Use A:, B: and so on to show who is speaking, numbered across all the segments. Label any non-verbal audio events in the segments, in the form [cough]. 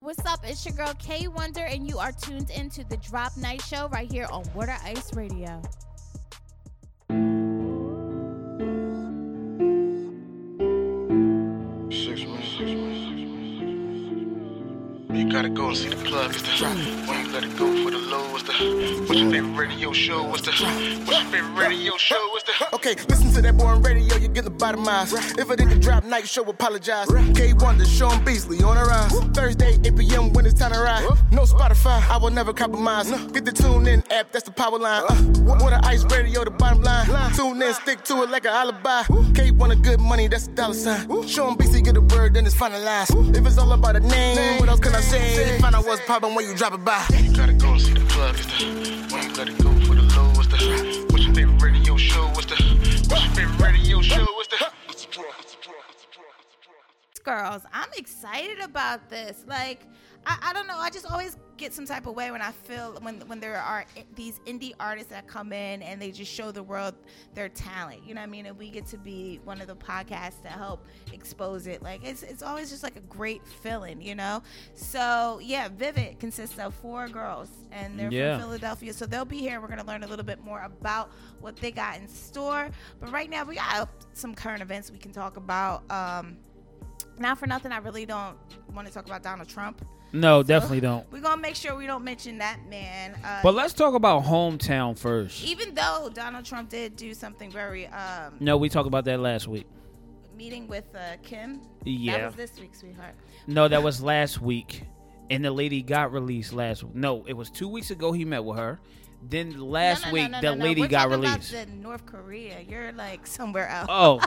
A: What's up? It's your girl K Wonder, and you are tuned into the Drop Night Show right here on Water Ice Radio.
B: Six one, six one, six one, six one. You gotta go and see the club. It's the when you let it go for the low. It's the what's your favorite radio show? What's the what's your favorite radio show? What's the
C: Okay, listen to that boring radio, you get lobotomized. If I didn't drop night show, apologize. K1 to Sean Beasley on the rise. Thursday, 8 p.m. when it's time to ride. No Spotify, I will never compromise. Get the tune in app, that's the power line. Uh, water ice radio, the bottom line. Tune in, stick to it like an alibi. K1 a good money, that's a dollar sign. Sean Beasley get a word, then it's finalized. If it's all about a name, what else can I say? Find out what's poppin' when you drop it by.
B: you gotta go and see the club. It's the when you let it go for the low. It's the what's your favorite radio show? What's the what's your favorite radio show? What's the it's a drop, it's a drop, it's a drop, it's a drop.
A: Girls, I'm excited about this. Like, I, I don't know. I just always get some type of way when I feel when when there are i- these indie artists that come in and they just show the world their talent. You know what I mean? And we get to be one of the podcasts to help expose it. Like, it's it's always just like a great feeling, you know. So yeah, Vivid consists of four girls, and they're
D: Yeah.
A: from Philadelphia. So they'll be here. We're gonna learn a little bit more about what they got in store. But right now, we got some current events we can talk about. Um, not for nothing, I really don't want to talk about Donald Trump.
D: No, definitely don't.
A: We're gonna make sure we don't mention that man. Uh,
D: But let's talk about hometown first.
A: even though Donald Trump did do something very um,
D: No, we talked about that last week.
A: meeting with uh, Kim. that
D: Yeah.
A: was this week, sweetheart.
D: No, that was last week, and the lady got released last. No, it was two weeks ago. He met with her. Then last
A: No, no, no,
D: week,
A: no, no,
D: that
A: no.
D: lady
A: We're
D: got
A: talking
D: released.
A: About the North Korea, you're like somewhere else. [laughs]
D: Oh,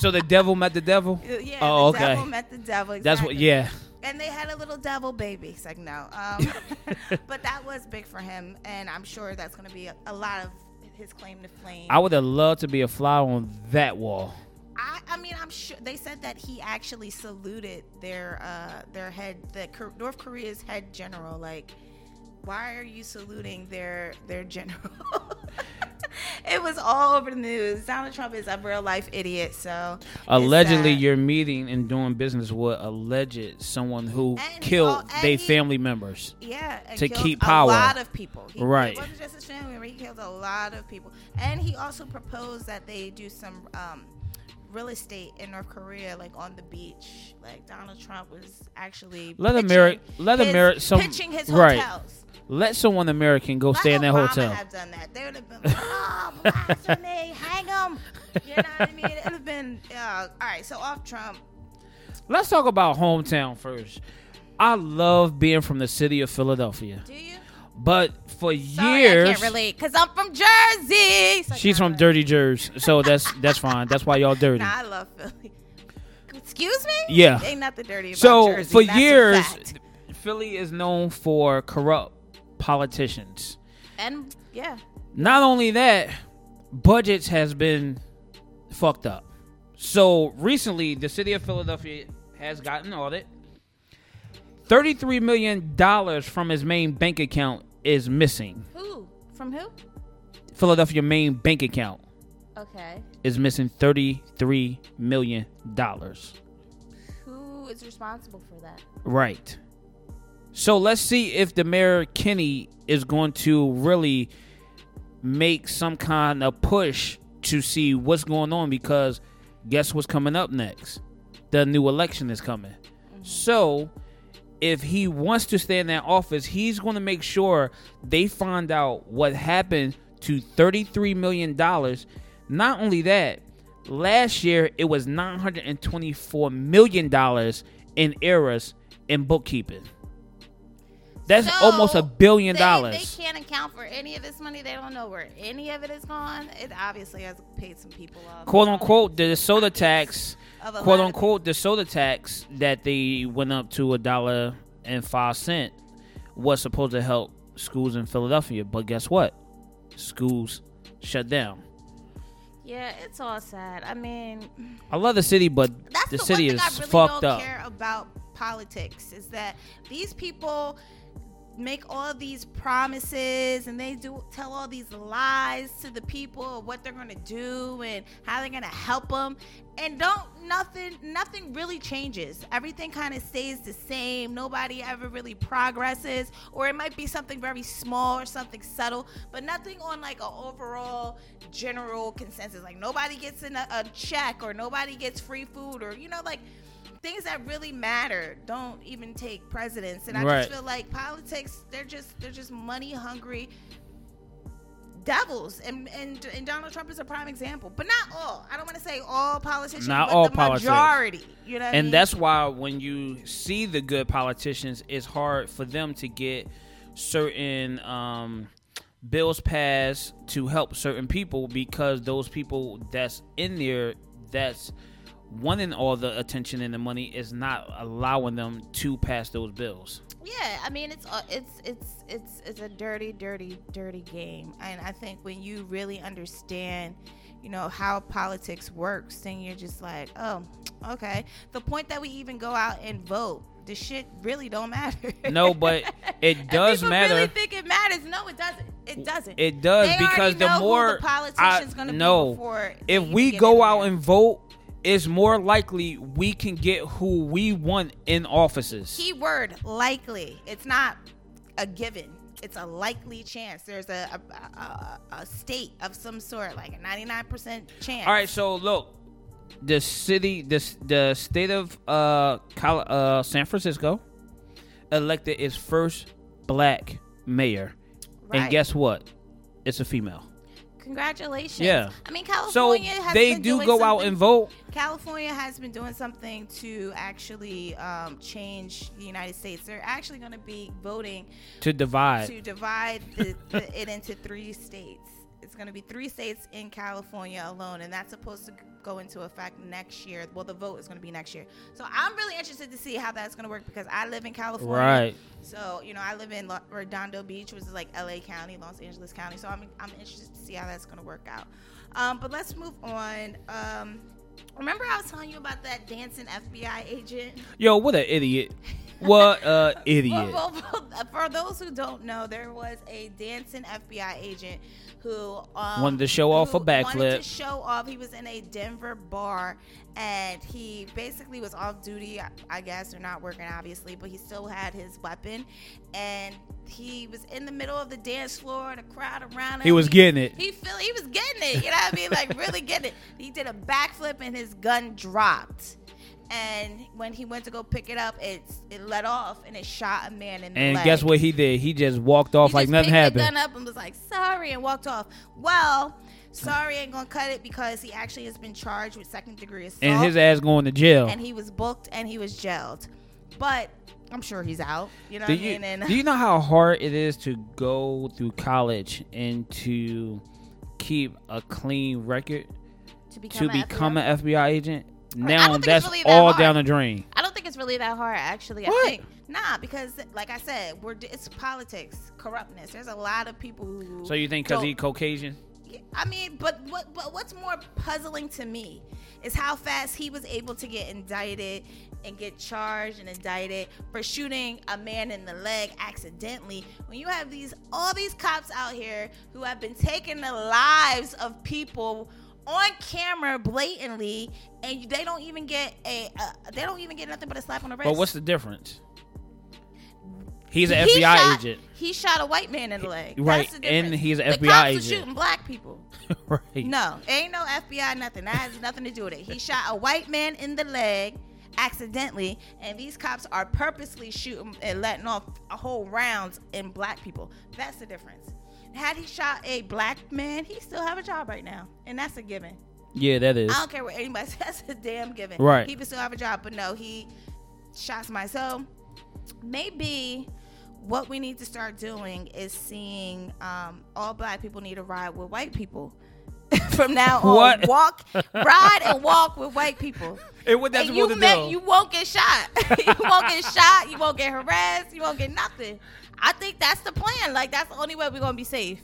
D: so the devil met the devil.
A: Yeah,
D: oh,
A: the
D: okay.
A: devil met the devil.
D: That's what.
A: exactly.
D: Yeah.
A: and they had a little devil baby. It's like no,
D: [laughs]
A: um, but that was big for him, and I'm sure that's going to be a, a lot of his claim to fame.
D: I would have loved to be a fly on that wall.
A: I, I mean, I'm sure they said that he actually saluted their uh, their head, the Kor- North Korea's head general. Like, why are you saluting their their general? [laughs] it was all over the news. Donald Trump is a real life idiot. So it's uh,
D: Allegedly,
A: sad.
D: you're meeting and doing business with alleged someone who
A: And he al-
D: killed
A: and
D: their
A: he-
D: family members.
A: yeah and
D: to
A: killed
D: keep
A: a
D: power.
A: lot of people. He,
D: Right.
A: It wasn't just his family. member, He killed a lot of people, and he also proposed that they do some. Um, Real estate in North Korea, like on the beach, like Donald Trump was actually
D: Let
A: pitching
D: Ameri- let
A: his,
D: Ameri- some-
A: pitching his
D: right.
A: hotels.
D: Let someone American go
A: Black
D: stay in that
A: Obama
D: hotel.
A: Have done that. They would have been like, oh, blast on
D: [laughs]
A: me, hang them. You know what I mean? It would have been uh, all right. So off Trump,
D: Let's talk about hometown first. I love being from the city of Philadelphia,
A: do you?
D: but for
A: Sorry,
D: years
A: I can't relate because I'm from Jersey. It's like,
D: she's
A: nah,
D: from
A: but-
D: Dirty Jersey, so that's that's fine. That's why y'all dirty.
A: Nah, I love Philly. Excuse me?
D: Yeah.
A: Ain't nothing dirty about
D: so
A: Jersey.
D: for
A: That's a
D: years,
A: fact.
D: Philly is known for corrupt politicians.
A: and yeah,
D: Not only that, budgets has been fucked up. So recently, the city of Philadelphia has gotten an audit. Thirty-three million dollars from his main bank account is missing.
A: who from who?
D: Philadelphia main bank account
A: Okay,
D: is missing $33 million.
A: who is responsible for that?
D: Right. So let's see if the mayor Kenny is going to really make some kind of push to see what's going on because guess what's coming up next? The new election is coming. So if he wants to stay in that office, he's going to make sure they find out what happened to $33 million. Not only that, last year it was $924 million in errors in bookkeeping. That's
A: So,
D: almost a billion
A: they,
D: dollars.
A: They can't account for any of this money. They don't know where any of it is gone. It obviously has paid some people off.
D: quote unquote the soda tax
A: Of a lot
D: quote
A: of-
D: unquote the soda tax that they went up to a dollar and five cent was supposed to help schools in Philadelphia, but guess what? Schools shut down.
A: Yeah, it's all sad. I mean,
D: I love the city, but
A: that's the,
D: the city
A: one
D: is
A: thing I really
D: fucked
A: don't
D: up.
A: care about politics is that these people make all these promises and they do tell all these lies to the people of what they're gonna do and how they're gonna help them and don't nothing nothing really changes everything kind of stays the same nobody ever really progresses or it might be something very small or something subtle but nothing on like an overall general consensus like nobody gets in a, a check or nobody gets free food or you know like things that really matter don't even take precedence and i
D: Right.
A: just feel like politics they're just they're just money hungry devils and, and and donald trump is a prime example but not all i don't want to say all politicians
D: Not
A: but
D: all
A: the
D: politicians.
A: majority you know what I mean?
D: and that's why when you see the good politicians, it's hard for them to get certain um, bills passed to help certain people because those people that's in there that's wanting all the attention and the money is not allowing them to pass those bills.
A: yeah i mean it's uh, it's it's it's it's a dirty dirty dirty game and i think when you really understand you know how politics works then you're just like oh okay the point that we even go out and vote the shit really don't matter [laughs]
D: No, but it
A: And
D: does
A: people
D: matter.
A: Really think it matters? No, it doesn't. It doesn't.
D: It does
A: They
D: because
A: already
D: the
A: know who
D: more
A: the politician's
D: I-
A: gonna be
D: no.
A: before they
D: if
A: even
D: we
A: get
D: go
A: in
D: out
A: there.
D: and vote, it's more likely we can get who we want in offices.
A: keyword likely. It's not a given. It's a likely chance. There's a a, a, a state of some sort, like a 99% chance.
D: All right, so look, the city, this the state of uh, Col- uh San Francisco elected its first black mayor, and
A: Right.
D: guess what? It's a female.
A: Congratulations.
D: Yeah.
A: I mean,
D: So
A: California Oh, has
D: they
A: been
D: do
A: doing
D: go out
A: something-
D: and vote.
A: California has been doing something to actually um, change the United States. They're actually going to be voting
D: To divide,
A: to divide the, the, it into three states. It's going to be three states in California alone, and that's supposed to go into effect next year. Well, the vote is going to be next year. So I'm really interested to see how that's going to work because I live in California.
D: right?
A: So, you know, I live in Lo- Redondo Beach, which is like LA County, Los Angeles County. So I'm, I'm interested to see how that's going to work out. Um, but let's move on. Um, remember, I was telling you about that dancing FBI agent? [laughs]
D: Yo, what an idiot! What a idiot!
A: Well, well, well, uh, for those who don't know, there was a dancing FBI agent who um,
D: Wanted to show off
A: who
D: a backflip.
A: Wanted to show off. He was in a Denver bar, and he basically was off duty, I- I guess, or not working, obviously, but he still had his weapon, and he was in the middle of the dance floor, the crowd around him.
D: He was getting it.
A: He feel he was getting it. You know what I mean? Like really getting it. He did a backflip and his gun dropped. And when he went to go pick it up, it's it let off and it shot a man in the
D: And
A: leg.
D: guess what he did? He just walked off
A: He
D: like
A: just
D: nothing
A: picked the gun
D: happened.
A: up and was like, "Sorry," and walked off. Well, sorry ain't gonna cut it because he actually has been charged with second degree assault,
D: And his ass going to jail.
A: Oh. and he was booked and he was jailed. But I'm sure he's out. You know
D: do
A: what
D: you,
A: I mean? And
D: do you know how hard it is to go through college and to keep a clean record
A: to become,
D: to
A: an
D: become
A: FBI?
D: an FBI agent?
A: I don't
D: Now
A: think it's
D: that's
A: really that
D: all
A: hard.
D: down the drain.
A: I don't think it's really that hard, actually.
D: What?
A: I think nah, because like I said, we're it's politics, corruptness. There's a lot of people who.
D: So you think because
A: don't-
D: he Caucasian?
A: I mean, but what but what's more puzzling to me is how fast he was able to get indicted and get charged and indicted for shooting a man in the leg accidentally when you have these all these cops out here who have been taking the lives of people on camera blatantly and they don't even get a uh, they don't even get nothing but a slap on the wrist.
D: But what's the difference? He's an
A: He
D: FBI
A: shot-
D: agent, [laughs]
A: He shot a white man in the leg.
D: Right,
A: That's the
D: and
A: difference.
D: he's an
A: the
D: FBI
A: cops
D: agent.
A: Are shooting black people.
D: right?
A: No, ain't no FBI nothing. That has nothing to do with it. He shot a white man in the leg accidentally, and these cops are purposely shooting and letting off a whole rounds in black people. That's the difference. Had he shot a black man, he still have a job right now, and that's a given.
D: Yeah, that is.
A: I don't care what anybody [laughs] says. That's a damn given.
D: Right.
A: He would still have a job, but no, he shot somebody. So maybe what we need to start doing is seeing um, all black people need to ride with white people. [laughs] From now on, [laughs]
D: What?
A: walk, ride, and walk with white people.
D: And what [laughs] that's
A: and you,
D: supposed to
A: may-
D: do?
A: you won't get shot. [laughs] you won't get shot. You won't get harassed. You won't get nothing. I think that's the plan. Like that's the only way we're gonna be safe.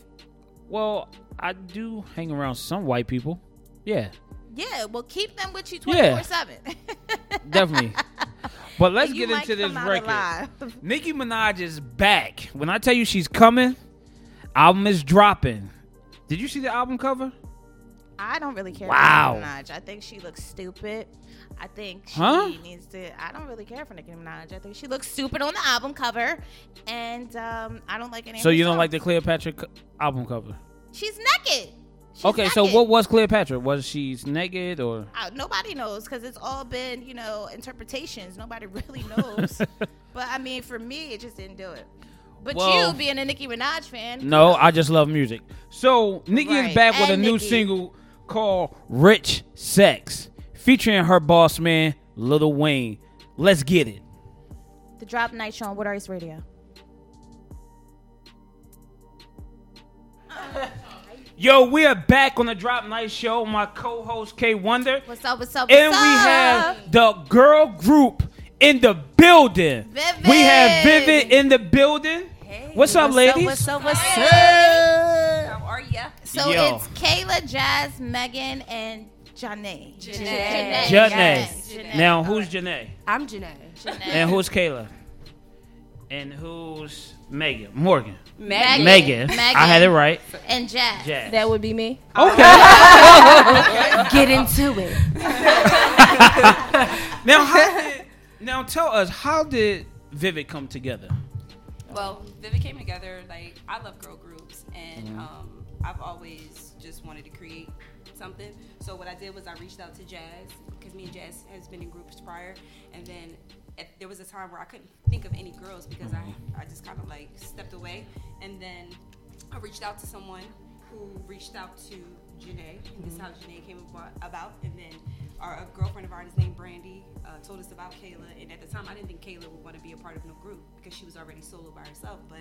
D: Well, I do hang around some white people. Yeah,
A: Yeah. Well, keep them with you twenty [laughs]
D: Yeah.
A: four seven.
D: definitely. But let's
A: And you
D: get
A: might
D: into this
A: come out
D: record.
A: alive. [laughs]
D: Nicki Minaj is back. When I tell you she's coming, album is dropping. Did you see the album cover?
A: I don't really care
D: Wow.
A: for Nicki Minaj. I think she looks stupid. I think she
D: Huh?
A: needs to. I don't really care for Nicki Minaj. I think she looks stupid on the album cover, and um, I don't like any. of
D: So
A: her
D: you don't like the
A: songs.
D: Cleopatra co- album cover?
A: She's naked. She's
D: Okay, so
A: naked.
D: what was Cleopatra? Was she naked or?
A: I- nobody knows because it's all been you know interpretations. Nobody [laughs] really
D: [laughs]
A: knows. but I mean, for me, it just didn't do it. But
D: Well-
A: you being a Nicki Minaj fan,
D: No, I just love music. So Nicki is
A: Right,
D: back with a
A: and
D: new
A: Nicki.
D: single called "Rich Sex," featuring her boss man Lil Wayne. Let's get it.
A: the drop night show on Wood Ice Radio.
D: Yo, we are back on the Drop Night Show. My co-host K Wonder,
A: What's up? What's up? What's
D: and
A: up?
D: we have the girl group in the building.
A: Vivid.
D: We have Vivid in the building. what's up, ladies?
E: What's up? What's up? How are ya?
A: So
D: Yo.
A: it's Kayla, Jazz, Megan, and Janae.
E: Janae.
A: Janae.
D: Janae.
A: yes. Janae.
D: Now, who's Janae?
E: I'm Janae.
D: And who's Kayla? And who's Megan? Morgan.
E: Maggie.
D: Megan. I had it right.
A: And Jazz.
D: Jazz.
F: That would be me.
D: okay.
E: Get into it.
D: [laughs] now, how did, now tell us how did Vivid come together?
G: Well, Vivid came together. Like I love girl groups, and um, I've always just wanted to create something. So what I did was I reached out to Jazz because me and Jazz has been in groups prior, and then at, there was a time where I couldn't think of any girls because I I just kind of like stepped away, and then I reached out to someone who reached out to Janae, and this is how Janae came abo- about, and then. Our a girlfriend of ours named Brandy uh, told us about Kayla, and at the time I didn't think Kayla would want to be a part of no group because she was already solo by herself. But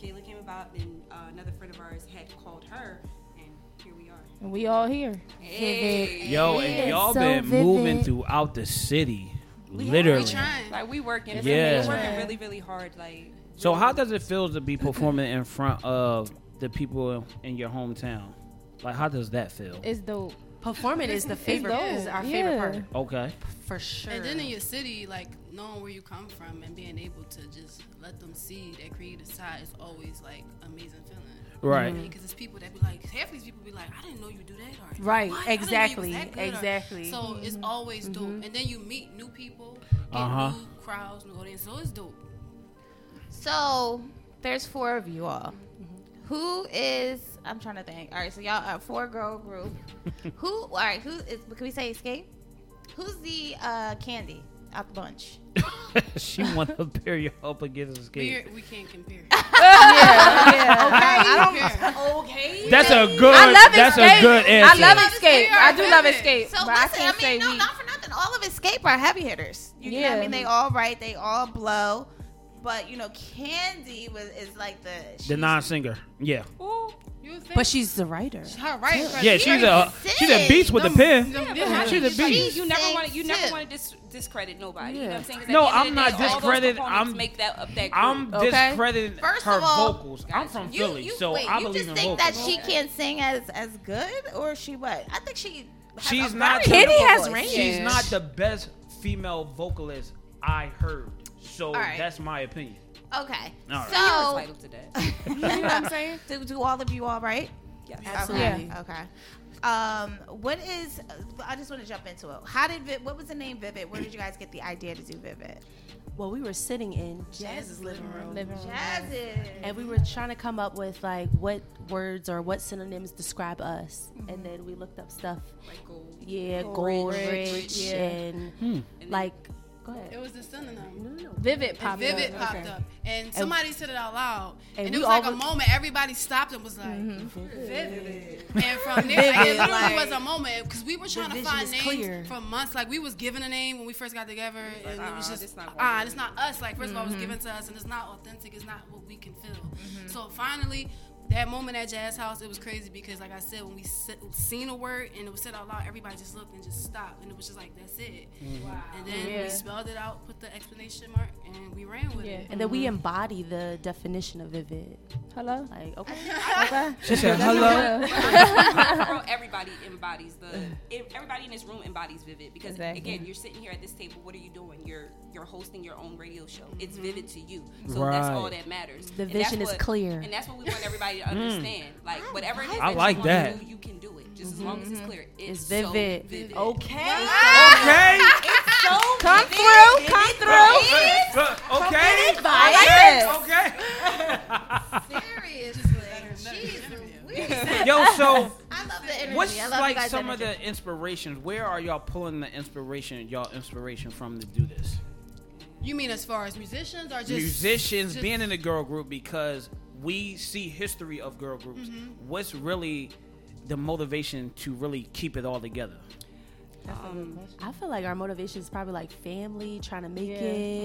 G: Kayla came about, and uh, another friend of ours had called her, and here we are.
F: And we all here.
G: Hey.
D: Yo, and y'all
F: so
D: been
F: Vivid.
D: moving throughout the city, literally.
G: Like we working,
D: Yeah.
G: we working really, really hard. Like
D: So, how does it feel to be performing in front of the people in your hometown? Like, how does that feel?
F: It's dope.
E: Performing is the favorite.
F: dope.
E: Is our favorite
F: Yeah.
H: [laughs]
E: part
D: Okay.
E: for sure.
I: And then in your city, like knowing where you come from and being able to just let them see that creative side is always like amazing feeling.
D: Right.
I: Because it's people that be like, half these people be like, I didn't know you do that. Or,
E: Right,
I: "What? I didn't know you was
E: exactly,
I: that good," or-
E: exactly. Mm-hmm.
I: So it's always dope. And then you meet new people, get
D: Uh-huh.
I: new crowds, new audience. So it's dope.
A: So there's four of you all. Who is? I'm trying to think. All right, so y'all are a four girl group.
D: [laughs]
A: who? All right, who is? Can we say escape? Who's the uh, candy out the [laughs] bunch?
D: [laughs] she want [laughs] to pair you up against escape.
I: We're, we can't
E: [laughs]
I: compare.
A: [laughs]
F: Okay.
G: okay,
D: That's a good.
F: I love
D: that's
F: escape.
D: a good answer.
F: I love escape. I do love escape.
A: So
F: but I
A: listen, I,
F: can't say
A: mean, no,
F: we.
A: not for nothing. All of escape are heavy hitters. You know what I
F: Yeah.
A: mean? They all write. They all blow. But you know, Candy was is like the
D: the
A: she's-
D: non-singer. Yeah.
I: You would think
E: but she's the writer.
I: her right. right.
D: Yeah, she's a she's a beast with a pen.
I: Them-
G: but how
I: them-
G: do
D: She's a
G: you-
D: beast.
G: You never
A: Sing
G: want to. You never
A: too.
G: want to dis- discredit nobody. You know what I'm saying? 'Cause at
D: No,
G: the end of
D: I'm
G: the
D: not
G: day, all those
D: discrediting-
G: components
D: I'm-
G: make that up that group.
D: I'm
F: Okay.
D: discrediting
A: First
D: her
A: of all,
D: vocals. I'm from
A: You,
D: Philly,
A: you-
D: so
A: wait,
D: I
A: you
D: believe
A: just
D: in
A: think
D: vocals.
A: that she can't sing as as good, or she what? I think she. has
D: She's
A: a
D: not-
A: very
D: Kitty
A: beautiful
F: has
A: voice.
F: range.
D: She's not the best female vocalist I heard. So
A: right.
D: that's my opinion.
A: Okay,
D: All right.
J: Oh.
A: so
G: You're entitled to
J: [laughs]
G: that.
A: you know what I'm saying? Do, do all of you all right?
G: Yes.
F: Absolutely.
A: Okay. okay. Um, what is? I just want to jump into it. How did Viv, what was the name Vivid? Where did you guys get the idea to do Vivid?
E: Well, we were sitting in Jazz's living room,
F: Living room.
A: Jazz's.
E: and we were trying to come up with like what words or what synonyms describe us,
I: Mm-hmm.
E: and then we looked up stuff.
G: Like gold.
E: Yeah, gold,
F: rich,
E: rich,
F: yeah.
E: and like. Go
I: It
E: ahead.
I: was the synonym.
F: Vivid popped
I: Vivid
F: up.
I: popped up, and somebody said it out loud,
E: and
I: and,
E: we
I: it was like
E: all Mm-hmm.
I: a
E: were-
I: moment. Everybody stopped and was like, "Vivid," and from there, like, it literally was a moment because we were trying to
E: vision
I: find
E: is
I: names
E: clear.
I: for months. Like we was given a name when we first got together, and it was
G: uh-uh,
I: just,
G: this not
I: ah, it's not us. Like 1st of all, it was given to us, and it's not authentic. It's not what we can feel. So finally. That moment at Jazz House, it was crazy because, like I said, when we se- seen a word and it was said out loud, everybody just looked and just stopped, and it was just like, "That's it." Wow. And then
F: Yeah.
I: we spelled it out, put the explanation mark, and we ran with
F: Yeah.
I: it.
E: And then we embody the definition of vivid.
H: Hello.
J: Like,
I: [laughs]
J: okay.
D: She said, "Hello."
E: [laughs]
G: Bro, everybody embodies the. ev- Everybody in this room embodies Vivid because
H: Exactly.
G: again, you're sitting here at this table. What are you doing? You're you're hosting your own radio show. It's Vivid to you, so that's all
D: Right. Mm.
G: that matters.
J: Mm-hmm. The
G: And that's
J: vision is
G: what-
J: clear.
G: and that's what we want everybody to understand. Like whatever it is
D: I
G: that
D: like
G: you want
D: that.
G: to do, you can do it. Just as long as it's clear. It's,
J: It's
G: so
J: vivid.
G: vivid.
J: Mm-hmm. Okay.
D: Okay.
H: Come through. Come
D: Okay.
H: through.
D: Okay.
A: Seriously. Jeez,
D: Yo,
A: [laughs]
D: so
A: I love the energy.
D: what's
A: I love you
D: like
A: guys
D: some
A: energy.
D: of the inspirations? Where are y'all pulling the inspiration, y'all inspiration from to do this?
I: You mean as far as musicians or just
D: Musicians
I: just-
D: being in a girl group because we see history of girl groups. What's really the motivation to really keep it all together?
J: I feel like our motivation is probably like family, trying to make
H: Yeah.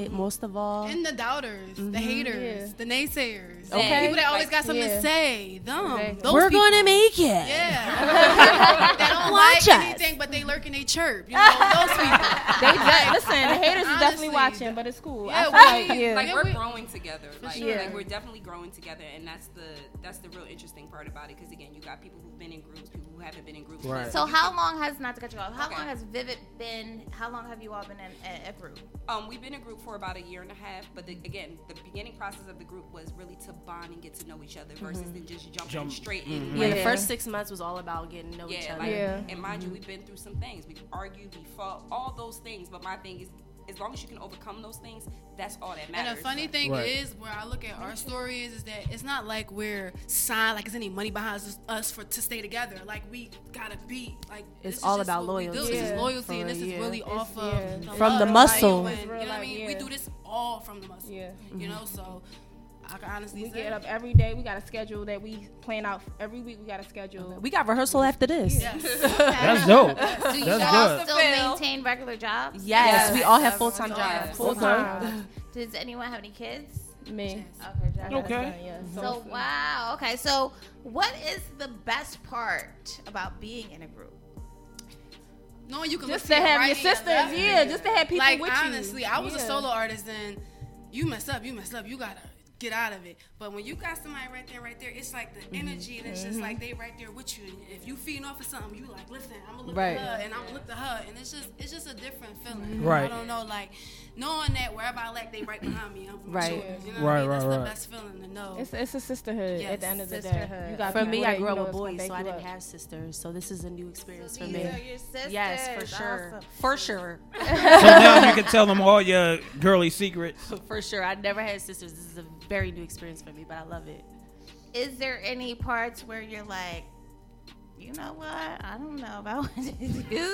J: it most of all.
I: Mm-hmm. and the doubters, the haters,
H: Yeah.
I: the naysayers, the
J: Mm-hmm. Okay.
I: people that always
G: Like,
I: got something
H: yeah.
I: to say. Them,
H: Exactly.
I: those
J: We're
I: people.
J: gonna make it.
I: Yeah.
J: [laughs]
I: they don't
J: Watch
I: like
J: us.
I: anything, but they lurk and they chirp. You know, those
J: [laughs]
I: people.
H: They de- listen. The haters is
I: Honestly,
H: definitely watching, but it's cool. I
I: yeah,
H: feel
I: we-
H: like yeah.
G: like
I: Yeah,
G: we're
I: we-
G: growing together. Like,
H: sure.
G: like we're definitely growing together, and that's the that's the real interesting part about it. Because again, you got people who've been in groups, people who haven't been in groups.
D: Right.
A: So how long has not to cut you off? How
G: Okay.
A: long has Vivid been? How long have you all been in a, a group?
G: Um, we've been in group for about a year and a half, but the, again, the beginning process of the group was really to bond and get to know each other
I: Mm-hmm.
G: versus than just jumping
D: Jump. Mm-hmm.
G: straight in.
J: Yeah,
G: Like,
J: the first six months was all about getting to know each
G: yeah,
J: other.
G: like,
H: Yeah.
G: and mind
D: Mm-hmm.
G: you, we've been through some things. We've argued, we fought, all those things. But my thing is, as long as you can overcome those things, that's all that matters.
I: And the funny thing
D: Right.
I: is, where I look at our story is, is that it's not like we're signed, like it's any money behind us, us for to stay together. Like we gotta be like. this
J: It's
I: is
J: all
I: just
J: about
I: what we do.
J: loyalty.
I: This is
H: Yeah.
I: loyalty,
J: For
I: and this is
J: real.
I: really
J: It's-
I: off of
H: yeah.
I: the
J: From the
I: love,
J: muscle.
I: Like,
H: It's
I: you know
H: real,
I: what I
H: like,
I: mean? We
H: yeah.
I: do this all from the muscle.
H: Yeah.
I: You
J: Mm-hmm.
I: know, so I can honestly
H: We
I: say
H: get up every day. We got a schedule that we plan out every week. We got a schedule.
J: We got rehearsal after this.
A: [laughs]
J: Yes,
D: That's dope.
A: Do you
D: That's
A: all
D: good.
A: still
G: Phil.
A: maintain regular jobs?
J: we all have full time
I: Everyone's
J: jobs.
H: Full time.
A: Does anyone have any kids?
H: Me.
A: Okay, Jack.
D: Okay.
H: Yeah,
A: So wow. Okay, so what is the best part about being in a group?
I: knowing you can
H: Just to
I: look your
H: have
I: right
H: your
I: and your
H: sisters,
I: left.
H: yeah, just to have people
I: like
H: with
I: honestly,
H: you.
I: I was a
H: Yeah.
I: solo artist and you mess up, you mess up, you gotta get out of it. But when you got somebody right there, right there, it's like the
D: Mm-hmm.
I: energy and it's
H: Mm-hmm.
I: just like they right there with you. And if you feeding off of something, you like, listen, I'm gonna look
H: Right. Mm-hmm.
I: at her and I'm gonna look to her and it's just it's just a different feeling.
D: Right.
I: I don't know, like knowing that wherever I lack, they right behind me. I'm
J: Right.
I: right. You know what
D: Right,
I: I mean? That's
D: right,
I: the
D: right.
I: best feeling to know.
H: It's, it's a sisterhood
I: Yes,
H: at the end of the day.
J: sisterhood.
H: You got
J: For me,
H: people
J: I
H: that you
J: grew up
H: know
J: with
H: is gonna
J: boys,
H: back
J: so I
H: you
J: didn't
H: up.
J: have sisters. So this is a new experience for
A: These
J: me.
A: are your sisters.
J: Yes, for sure.
A: Awesome.
J: For sure.
D: So now you can tell them all your girly secrets.
J: for sure. I never had sisters. This is a very new experience for me, but I love it.
A: Is there any parts where you're like, you know what? I don't know if I [laughs] want to do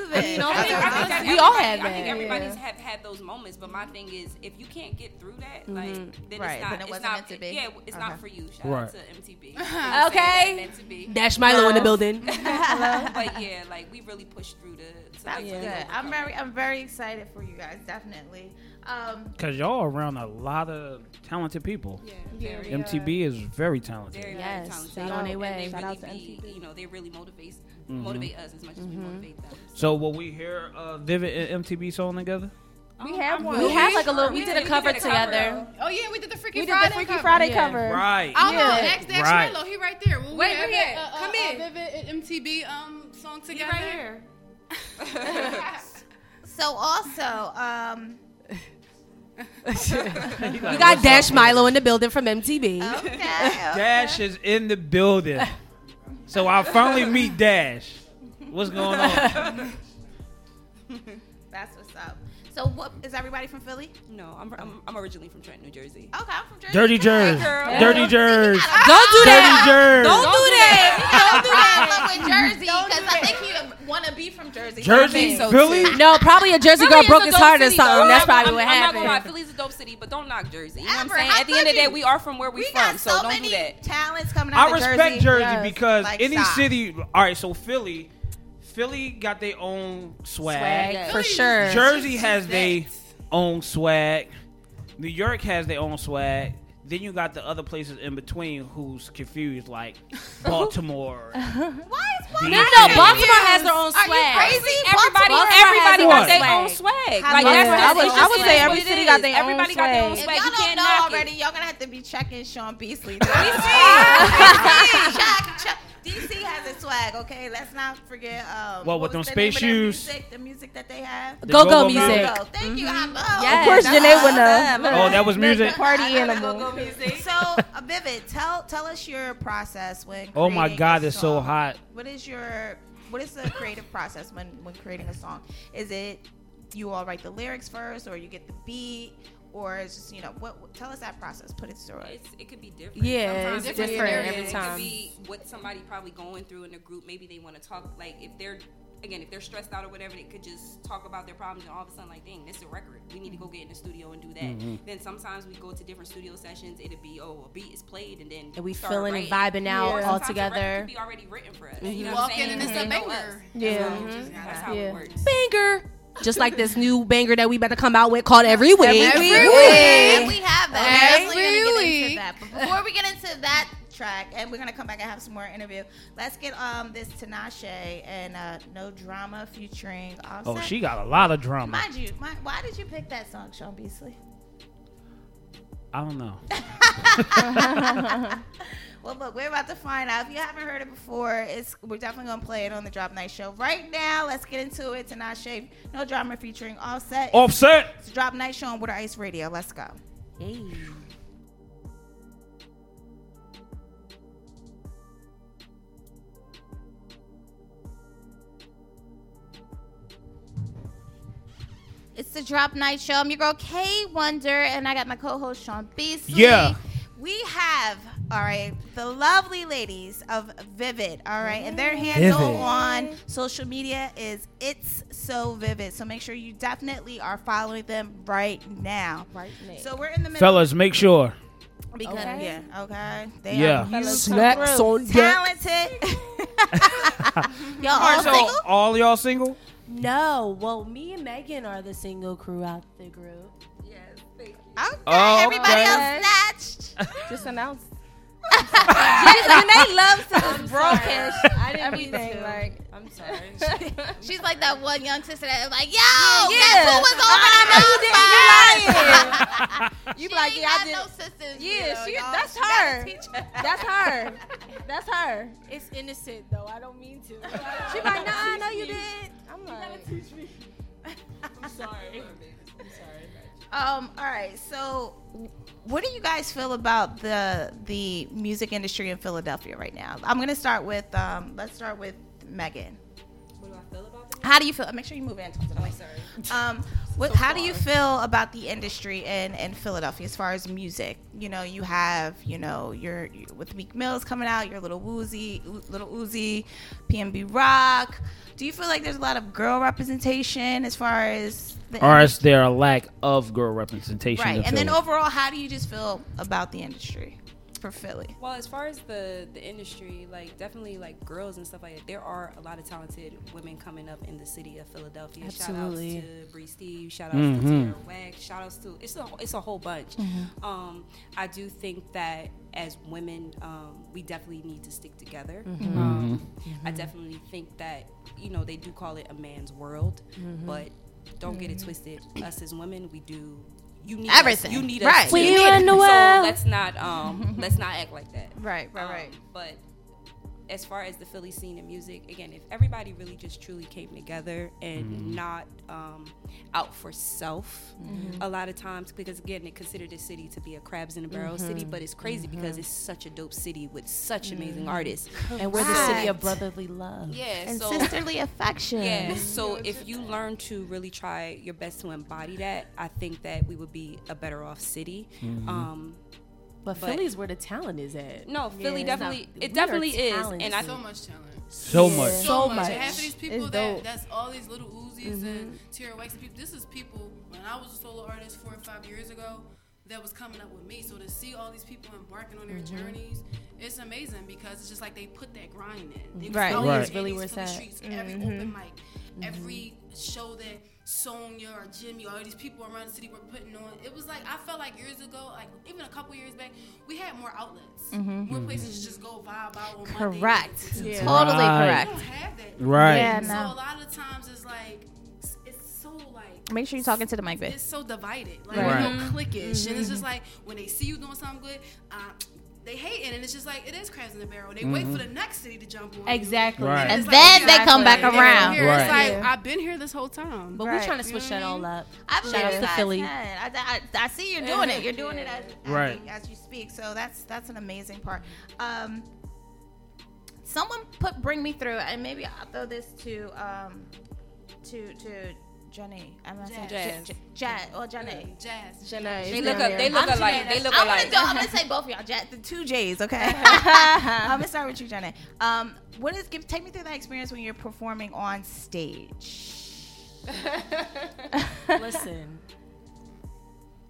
A: this.
G: I think- I think
J: We all
G: everybody-
J: have
G: I think
J: that.
G: everybody's have had those moments, but my thing is, if you can't get through that,
J: Mm-hmm.
G: like then
A: Right,
G: it's not.
A: then it
G: it's
A: wasn't
G: not,
A: meant to be.
G: Yeah, it's
A: Okay.
G: not for you. Shout
D: Right.
G: out to
J: [laughs]
G: MTB.
J: Okay.
G: Meant to
J: [laughs]
G: be.
J: Dash Milo in the [laughs] building.
G: but yeah, like we really pushed through to. to
A: That's
G: like, really
A: good. I'm
G: overcome
A: very,
G: it.
A: I'm very excited for you guys. Definitely. Um,
D: Cause y'all around a lot of talented people.
G: Yeah,
H: Yeah.
G: very,
D: MTB is very talented.
G: very,
J: Yes,
G: very talented.
J: they on their
G: And
J: way.
G: They
J: Shout
G: really
H: out to
G: be,
H: MTB.
G: you know, they really motivate motivate us as much as we
J: Mm-hmm.
G: motivate them.
D: So will we hear uh, Vivid and MTB song together?
H: We have one.
J: We have like a little. We
G: Yeah,
J: did
G: you
J: a
G: did
J: cover
G: a cover.
J: together.
I: Oh yeah, we did the freaky
H: we did
I: Friday
H: the Freaky
I: cover.
H: Friday
J: Yeah.
H: cover.
D: Right. [laughs]
I: I don't
H: Yeah.
I: know. Ask Dash
D: Right.
I: Milo. He right there.
G: Wait,
I: When we
G: we're
I: had
G: here.
I: that, uh,
G: Come
I: uh,
G: in.
I: Uh, Vivid MTB um song together.
J: right here.
A: so also, um,
J: We got Dash Milo in the building from [laughs] MTB.
A: okay,
D: Dash is in the building. So I finally meet Dash. What's going on?
A: that's what's up. So what is everybody from Philly?
G: No, I'm, I'm I'm originally from Trenton, New Jersey.
A: Okay, I'm from Jersey.
D: Dirty
A: too.
D: Jers.
G: girl.
D: Dirty Jers.
J: Don't do
D: Dirty
J: that.
D: Jers.
J: Don't do that.
A: Don't do that with Jersey because I think you want to be from Jersey.
D: Jersey,
G: so
D: Philly.
J: No, probably a Jersey
G: Philly
J: girl
G: is
J: broke
G: a
J: his
G: dope
J: heart or
G: city, though.
J: something. That's probably
G: I'm,
J: what
G: I'm not gonna lie.
J: happened.
G: Philly's a dope city, but don't knock Jersey. You know
A: Ever.
G: what I'm
A: How
G: saying? At the end of
A: could
G: the day,
A: you?
G: we are from where we,
A: We
G: from,
A: got
G: so,
A: so,
G: don't
A: many
G: do that.
A: talents coming out
D: I
A: of Jersey.
D: respect Jersey
H: Yes.
D: because
A: Like,
D: any
A: stop.
D: city. All right, so Philly, Philly got their own swag.
J: Swag, For sure.
D: Jersey has their own swag. New York has their own swag. Then you got the other places in between who's confused, like Baltimore.
A: Why is Baltimore?
J: No, no,
D: Yeah.
J: Baltimore has their own
A: Are
J: swag.
A: you crazy?
G: Everybody,
A: Baltimore-
G: everybody
D: What?
G: got their own swag.
A: Yeah, I
G: Like that's just,
A: would-
G: it's
A: I
G: just-
A: would
G: it
A: say
G: is
H: every
G: what it
H: city
G: is.
H: got their own
G: Everybody got their own
A: If
H: swag.
G: swag.
A: y'all
G: You
A: don't
G: can't
A: know
G: knock
A: already,
G: it.
A: DC, y'all gonna have to be checking Sean Beasley. DC, check, check. DC has a swag. Okay, let's not forget. Um,
D: Well,
A: what
D: with them
A: was the name
D: space
A: of their
D: shoes.
A: music, the music that they have.
D: The
H: Go-go
D: go-go
H: music.
A: Go. Thank you. I'm, oh,
E: Yes.
H: Of course,
A: that's
H: Janae would
A: awesome.
H: know.
D: Oh, that was music.
F: Party
G: Go
F: animal.
G: music.
A: So, uh, Vivid, tell tell us your process when.
D: Oh my
A: creating
D: God,
A: a
D: it's so
A: song.
D: hot.
A: What is your what is the creative process when when creating a song? Is it you all write the lyrics first, or you get the beat, or is just you know what? what- Tell us that process. Put it through. it.
G: It's, it could be different.
H: Yeah,
G: Sometimes
H: it's
G: it could be
H: different
G: area.
H: every
G: It
H: time.
G: could be what somebody probably going through in the group. Maybe they want to talk. Like if they're again, if they're stressed out or whatever, they could just talk about their problems. And all of a sudden, like, dang, this is a record. We need to go get in the studio and do that.
E: Mm-hmm.
G: Then sometimes we go to different studio sessions. It'll be oh, a beat is played, and then
E: And we
G: start
E: feeling and
G: writing.
E: vibing out
G: Or
E: all
G: sometimes a record
E: together. Mm-hmm.
G: could be already written for us. You know what
I: Walk
G: I'm
I: in
G: saying?
I: and it's a
G: They know
I: banger.
G: us.
H: Yeah.
G: So you just gotta- That's how
H: Yeah.
G: it works.
J: [laughs]
E: banger. Just like this new banger that we better come out with called Every Week.
H: Every
E: Woo!
H: week.
A: And we have that.
H: Every
A: We're definitely
H: week.
A: gonna get into that. But before we get into that track, and we're gonna come back and have some more interview. Let's get um this Tinashe and uh, no drama featuring. Offset.
D: Oh, she got a lot of drama.
A: Mind you, my, why did you pick that song, Sean Beasley?
D: I don't know.
A: [laughs] Well, look, we're about to find out. If you haven't heard it before, it's we're definitely gonna play it on the Drop Night Show. Right now, let's get into it. Tinashe, no drama featuring Offset.
D: Offset.
A: It's Drop Night Show on Water Ice Radio. Let's go. It's the Drop Night Show. I'm your girl Kay Wonder, and I got my co-host Sean Beasley.
D: Yeah.
A: We have, all right, the lovely ladies of Vivid, all right, and their handle
D: Vivid.
A: on social media is It's So Vivid. So make sure you definitely are following them right now.
E: Right now.
A: So we're in the middle
D: Fellas, make sure.
A: because
E: Okay.
A: yeah, okay, they
D: Yeah.
A: are
H: Snacks on deck.
A: [laughs] talented. [laughs] Y'all all
D: so
A: single?
D: all y'all single?
E: No, well, me and Megan are the single crew out the group.
G: Yes, thank you.
A: Okay,
D: Oh,
A: everybody
D: okay.
A: else snatched.
F: Just announce
A: [laughs] Janae loves to broken.
E: I didn't
F: everything. Like
E: I'm sorry.
H: [laughs]
A: She's like that one young sister that was like, yo, guess
E: Yeah.
A: who was over the nose fire? [laughs]
F: you
A: She
F: be like,
A: ain't
F: yeah, I
A: got
F: did.
A: no sisters.
F: Yeah,
A: real,
F: she-
A: y'all.
F: that's
A: She gotta
F: her.
A: teach her.
F: That's her.
A: [laughs]
F: That's her. It's innocent though. I don't mean to.
E: She like, nah, I know you did.
F: I'm like,
A: Um, all right. So, what do you guys feel about the the music industry in Philadelphia right now? I'm gonna start with um, let's start with Megan.
G: What do I feel about that?
A: How do you feel? Make sure you move in. talk to the mic.
G: Sorry.
A: Um, what, how do you feel about the industry in, in Philadelphia as far as music? You know, you have you know your with Meek Mill's coming out, your little Woozy, little Uzi, PNB Rock. Do you feel like there's a lot of girl representation as far as the
D: Or is there a lack of girl representation?
A: right?
D: in
A: And then
D: Philly?
A: overall, how do you just feel about the industry for Philly?
G: Well, as far as the the industry, like definitely like girls and stuff like that, there are a lot of talented women coming up in the city of Philadelphia.
E: Absolutely.
G: Shout outs to Bree Steve, shout outs to Tara Wax, shout outs to it's a it's a whole bunch.
E: Mm-hmm.
G: Um, I do think that as women, um, we definitely need to stick together.
E: Mm-hmm.
G: Um, I definitely think that you know they do call it a man's world,
E: Mm-hmm.
G: but don't get it twisted. Us as women, we do. You need us-
A: Everything.
G: you need
A: Right.
G: us.
A: We
G: too.
E: run the
G: So
E: world.
G: let's not [laughs] um let's not act like that.
A: Right, right,
G: Um,
A: right.
G: But as far as the Philly scene and music, again, if everybody really just truly came together and not um, out for self, a lot of times because again they consider this city to be a crabs in a barrel city, but it's crazy because it's such a dope city with such amazing [laughs] artists.
E: And we're the city of brotherly love.
G: Mm-hmm. Yeah,
A: And
G: so
A: sisterly affection.
G: [laughs] yeah. So if you learn to really try your best to embody that, I think that we would be a better off city. Um,
E: But, Philly's where the talent is at.
G: no, Philly
E: it's
G: definitely
E: not- we
G: it
E: are
G: definitely is,
E: talented.
G: and I
I: so much talent.
D: so
E: Yeah.
D: much.
E: So
I: so much.
E: much.
I: Half of these people
H: It's dope.
I: that that's all these little Uzis and Tierra Wax and people. This is people when I was a solo artist four or five years ago that was coming up with me. So to see all these people embarking on their journeys, it's amazing because it's just like they put that grind in. They was
A: Right.
I: out
D: Right.
I: there in
E: Really
I: these
E: where
I: Philly
E: it's at.
I: streets, every open mic, every show that Sonya or Jimmy or these people around the city were putting on. It was like I felt like years ago, like even a couple years back, we had more outlets, more places to just go vibe out. On Monday nights.
H: Correct.
I: Yeah.
H: Totally
D: Right.
I: We
H: correct.
I: don't have that.
D: Right.
H: Yeah,
I: So
H: no.
I: a lot of times it's like s- it's so like
A: Make sure you're talking to the mic, bitch.
I: it's so divided. Like
D: Right.
I: you know, cliquish, and it's just like when they see you doing something good, uh, they hate it, and it's just like it is crabs in the barrel. They
D: Mm-hmm.
I: wait for the next city to jump on.
E: Exactly.
D: Right.
I: It's
A: And then they
I: exactly.
A: come back
I: They don't
A: around.
I: care. It's
D: Right.
I: like I've been here this whole time.
E: But
I: But
A: Right.
E: we're trying to switch that all up.
A: Mm-hmm. I
E: Shout out
A: believe
E: to
A: I
E: Philly. [laughs]
A: can. I, I, I see you're doing it. You're doing it as, as
D: Right.
A: you- as you speak. So that's that's an amazing part. Um, someone put bring me through, and maybe I'll throw this to um, to to Jenny. I'm not saying
G: Jazz.
A: J- J- Jazz or Jenny.
I: jazz,
G: They look up. They look
A: I'm
G: alike. They
A: Janae.
G: look
A: I'm gonna
G: alike.
A: do. [laughs] I'm gonna say both of y'all. J- the two J's. [laughs] Okay. I'm gonna start with you, Jenny. Um, what is give? Take me through that experience when you're performing on stage.
E: Listen.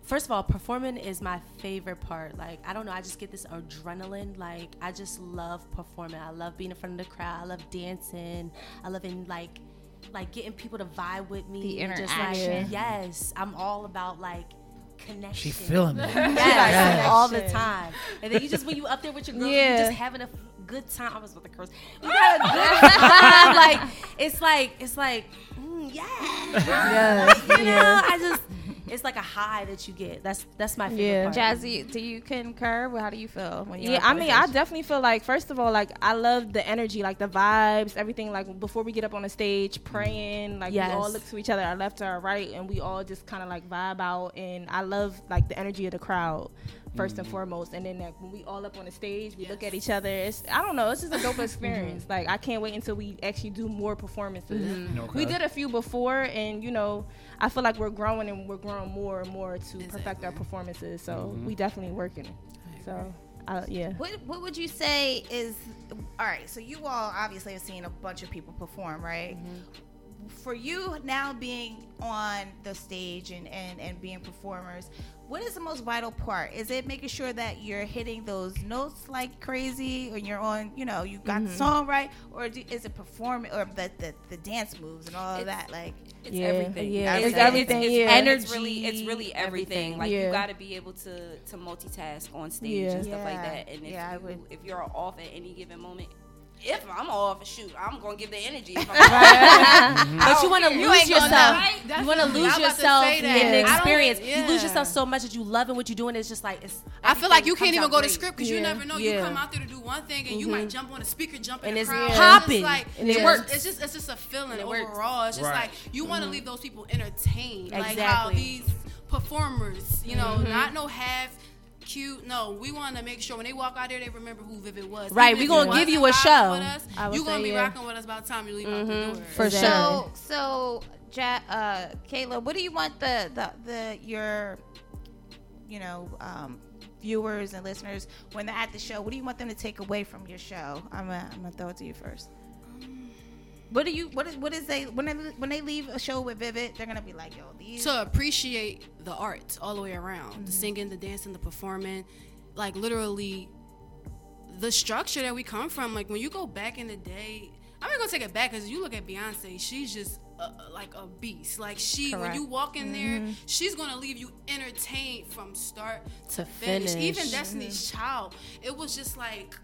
E: First of all, performing is my favorite part. Like, I don't know, I just get this adrenaline. Like, I just love performing. I love being in front of the crowd. I love dancing. I love in like like getting people to vibe with me.
A: The
E: and
A: interaction.
E: Just like, yes, I'm all about like connection.
D: She feeling me.
E: Yes, all the time. And then you just when you up there with your girls,
H: Yeah.
E: you just having a good time. I was with the girls. You got a good [laughs] time. like it's like it's like mm, yeah. You know, I just it's like a high that you get. That's that's my favorite
H: Yeah.
E: part.
A: Jazzy, do you concur? How do you feel when you?
H: Yeah, I mean, I definitely feel like first of all, like I love the energy, like the vibes, everything. Like before we get up on the stage, praying, like
E: Yes.
H: we all look to each other, our left to our right, and we all just kind of like vibe out. And I love like the energy of the crowd. First and foremost, and then like, when we all up on the stage, we look at each other. It's I don't know, it's just a dope experience. Like I can't wait until we actually do more performances.
D: Mm-hmm.
H: We did a few before, and you know, I feel like we're growing and we're growing more and more to perfect our performances. So
D: Mm-hmm.
H: we definitely working. So, uh, yeah.
A: What What would you say is? All right, so you all obviously have seen a bunch of people perform, right? For you now being on the stage and, and, and being performers, what is the most vital part? Is it making sure that you're hitting those notes like crazy and you're on, you know, you got the song right? Or do, is it performing or the, the, the dance moves and all of that? Like,
G: It's
H: Yeah,
G: everything.
H: yeah,
A: it's
H: everything,
G: It's,
H: yeah.
G: It's really, it's
E: Energy,
G: really everything.
E: everything,
G: Like
H: yeah.
G: you got to be able to to multitask on stage
H: Yeah.
G: and stuff like
A: Yeah,
G: that. And if
A: yeah, I
G: you,
A: would.
G: if you're off at any given moment, if I'm off, shoot, I'm gonna give the energy. If I'm
E: But you want to lose yourself.
I: right?
E: You want to
I: Definitely.
E: lose
I: I'm about to
E: yourself
I: say
E: in
I: that.
E: the
I: I don't-
E: experience. You lose
I: yeah.
E: yourself so much that you loving what you're doing. It's just like it's.
I: I feel like
E: everything
I: you can't
E: comes
I: even
E: out
I: go to
E: great. Mm-hmm.
I: script because you
H: Yeah.
I: never know. You
H: Yeah.
I: come out there to do one thing and you might jump on a speaker, jump in
E: And
I: the
E: it's
I: crowd,
E: popping.
I: It's like,
E: And it
I: it's-
E: works.
I: It's just it's just a feeling
E: it works. Mm-hmm.
I: overall. It's just
D: Right.
I: like you want to leave those people entertained. Like how
E: Exactly. Mm-hmm.
I: these performers, you know, not no half. Cute. No, we want to make sure when they walk out there, they remember who Vivid was.
E: Right,
I: Even
E: we
I: if
E: gonna
I: you
E: give you
I: wasn't
E: a
I: rocking
E: show.
I: With
H: I
I: us,
H: would
I: you
H: say,
I: gonna be
H: yeah.
I: rocking with us by the time you leave
E: Mm-hmm.
I: out the door.
H: For sure.
A: So, so, ja- uh, Kayla, what do you want the the, the your, you know, um, viewers and listeners when they're at the show? What do you want them to take away from your show? I'm gonna, I'm gonna throw it to you first. What do you what is what is they when they when they leave a show with Vivid, they're gonna be like, yo, these
I: to appreciate the art all the way around the singing the dancing the performing like literally the structure that we come from like when you go back in the day i'm not gonna take it back because you look at beyonce she's just uh like a beast like she when you walk in there she's gonna leave you entertained from start to, finish.
E: finish.
I: even destiny's child it was just like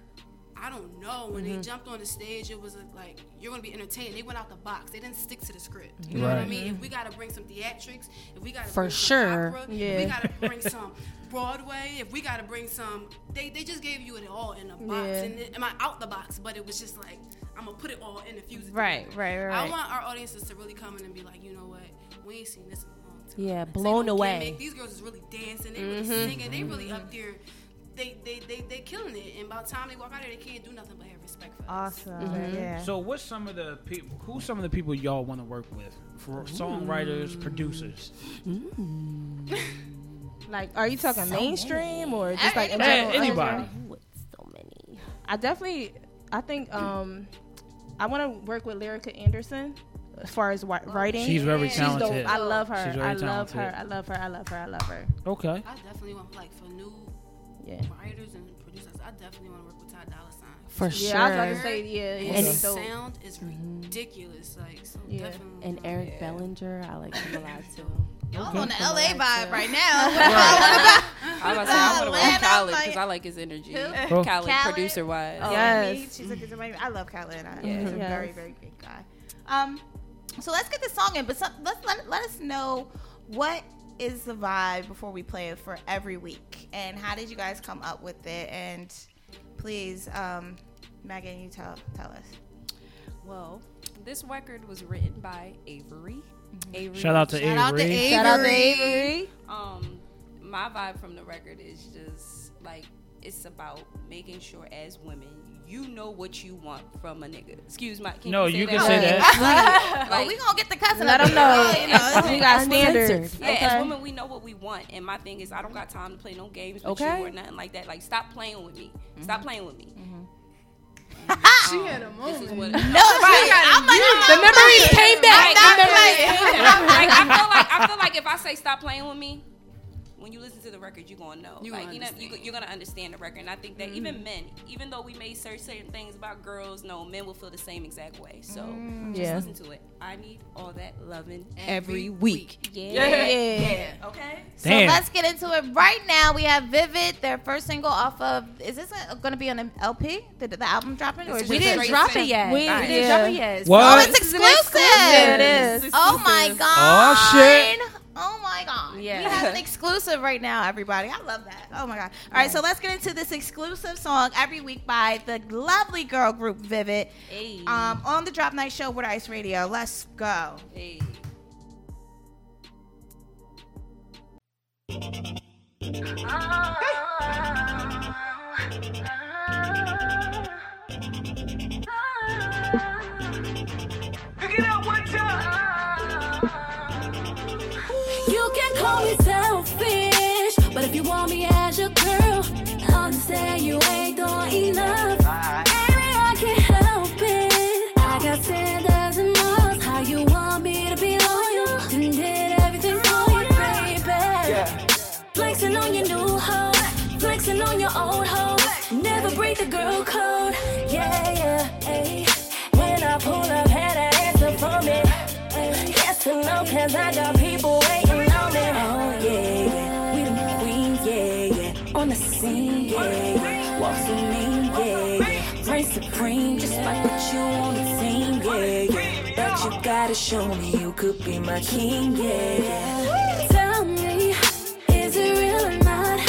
I: I don't know. When they jumped on the stage, it was a, like you're gonna be entertained. They went out the box. They didn't stick to the script. You know what I
D: Right.
I: mean? If we gotta bring some theatrics, if we gotta
E: For
I: bring some
E: sure.
I: opera, if
H: Yeah.
I: we gotta bring some Broadway, if we gotta bring some, they they just gave you it all in a box.
H: Yeah.
I: And it, am I out the box? But it was just like I'm gonna put it all in the fuse. it
A: Right,
I: together.
A: right, right,
I: I
A: right.
I: want our audiences to really come in and be like, you know what? We ain't seen this in a long time.
E: Yeah,
I: This ain't
E: blown
I: no
E: away.
I: gimmick. These girls is really dancing. They really singing. They really up there. They they, they they killing it. And by the time they walk out of there, they can't do nothing but have respect for
H: Ah.
I: us.
A: awesome,
H: Mm-hmm.
A: yeah.
D: So, what's some of the people? Who's some of the people y'all want to work with for songwriters, producers?
H: Like, are you talking mainstream or just like in
D: Hey,
H: general?
D: anybody?
E: Ooh, it's so many.
H: I definitely, I think, um, I want to work with Lyrica Anderson as far as wi- writing.
D: She's very
H: She's dope.
D: talented.
H: I love her.
D: She's very
H: I love her.
D: talented.
H: I love her. I love her. I love her.
D: Okay.
I: I definitely want like for new
H: Yeah.
I: writers and producers. I definitely want to work with Ty Dolla Sign.
E: For
I: His
H: Yeah, I was about to
I: sure.
H: say, yeah. yeah.
I: and
E: And-
I: his
H: so,
I: sound is ridiculous. Like so,
H: Yeah.
I: definitely.
E: And Eric Bellinger, I like him a lot too.
A: Y'all on the LA vibe right
H: [laughs]
A: now.
G: I was about to say, I want to
A: Atlanta,
G: work Khaled
A: like-
G: because I like his energy.
A: Who?
G: Khaled,
A: Khaled?
G: producer
A: Oh,
G: wise.
H: yes.
A: Me, she's a good, I love Khaled. I, He's a
H: Yes.
A: very, very good guy. Um, So let's get this song in, but some, let's let, let us know what is the vibe before we play it for every week, and how did you guys come up with it? And please, um, Megan, you tell tell us.
G: Well, this record was written by Avery. Avery.
D: Mm-hmm. Shout out to Avery.
H: Shout out to Avery.
G: Um, my vibe from the record is just like it's about making sure as women you know what you want from a nigga. Excuse my. Can
D: No,
G: you, say
D: you can
G: that?
D: say that.
A: Well, [laughs]
G: Like,
A: Oh, we gonna get the cussing.
H: Let
A: up
H: them
A: in here,
H: know.
A: you know,
G: [laughs]
H: We got standards.
G: Yeah, as women, we know what we want. And my thing is, I don't got time to play no games with
H: Okay. Mm-hmm.
G: you or nothing like that. Like, stop playing with me. Stop playing with me.
I: [laughs]
G: Um,
I: She had a moment.
G: This is what.
A: No, shit, I'm like,
H: The memories came back.
G: Like,
H: The
G: I,
H: memories
G: feel like, like, I feel like I feel like if I say stop playing with me, when you listen to the record, you're gonna know.
I: You
G: like
I: gonna
G: you know, you,
I: understand.
G: go- you're gonna understand the record. And I think that
H: Mm.
G: even men, even though we may search certain things about girls, no men will feel the same exact way. So just
H: Mm. Yeah.
G: listen to it. I need all that loving
I: Every
G: every week.
H: Yeah. yeah.
G: Okay.
D: Damn.
A: So let's get into it right now. We have Vivid, their first single off of. Is this going to be on an LP? The, the album dropping? Or is
I: We
A: this
I: didn't
A: a-
I: drop it yet.
E: We-
I: We
E: we
I: didn't
E: didn't
I: drop
E: drop
I: it yet.
A: Oh,
D: What?
A: it's exclusive.
H: It is.
A: Oh my god.
D: Oh, shit.
A: Oh my god.
E: Yeah.
A: We have an exclusive right now, everybody. I love that. Oh my god. All right, so let's get into this exclusive song every week by the lovely girl group Vivid. Um, on the Drop Night Show with Ice Radio. Let's go.
G: Hey.
J: You can call me selfish, but if you want me as your girl, understand you ain't doing enough. Baby, I can't help it. I got ten dozen miles. How you want me to be loyal? And did everything for you, baby. Flexing on your new hoe, flexing on your old hoe. Never break the girl code. Yeah, yeah, ayy. When I pull up, had to answer for me. Yes and no, cause I got people waiting on me. Oh, yeah, yeah. We the queen, yeah, yeah. On the scene, yeah, yeah. Walks with me, yeah, yeah. Reign supreme, just like what you on the team, yeah, yeah. But you gotta show me you could be my king, yeah, yeah. Tell me, is it real or not?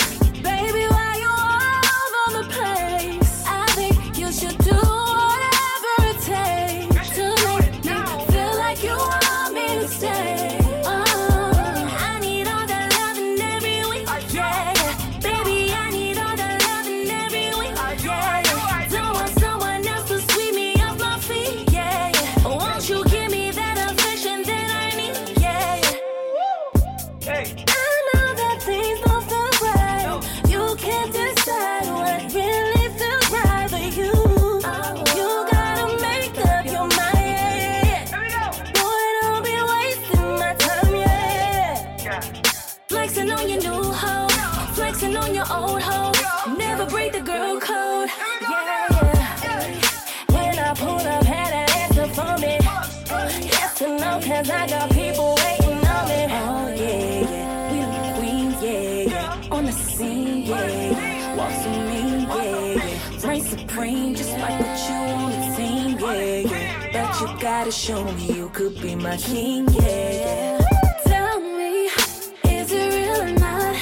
J: Baby, why you all over the place? I think you should do whatever it takes to make me feel like you want me to stay. Oh, I need all that loving every week, yeah. Baby, I need all that loving every week, yeah. Don't want someone else to sweep me off my feet, yeah. yeah. Won't you give me that affection that I need, yeah. yeah. I know that things don't feel right. You can't decide what really feels right for you. You gotta make up your mind. yeah, yeah, yeah. Boy, don't be wasting my time, yeah. yeah. Flexing on your new hoe, flexing on your old hoe. Never break the girl code. Yeah, yeah. When I pull up, had to answer for me. Yes and no, cause I got people waiting on me. Oh, yeah, yeah. We the queens, yeah, yeah. On the scene, yeah. yeah. Walks with me, yeah, yeah. Reign supreme, just like what you on the team, yeah, yeah. But you gotta show me you could be my king, yeah, yeah. Tell me, is it real or not?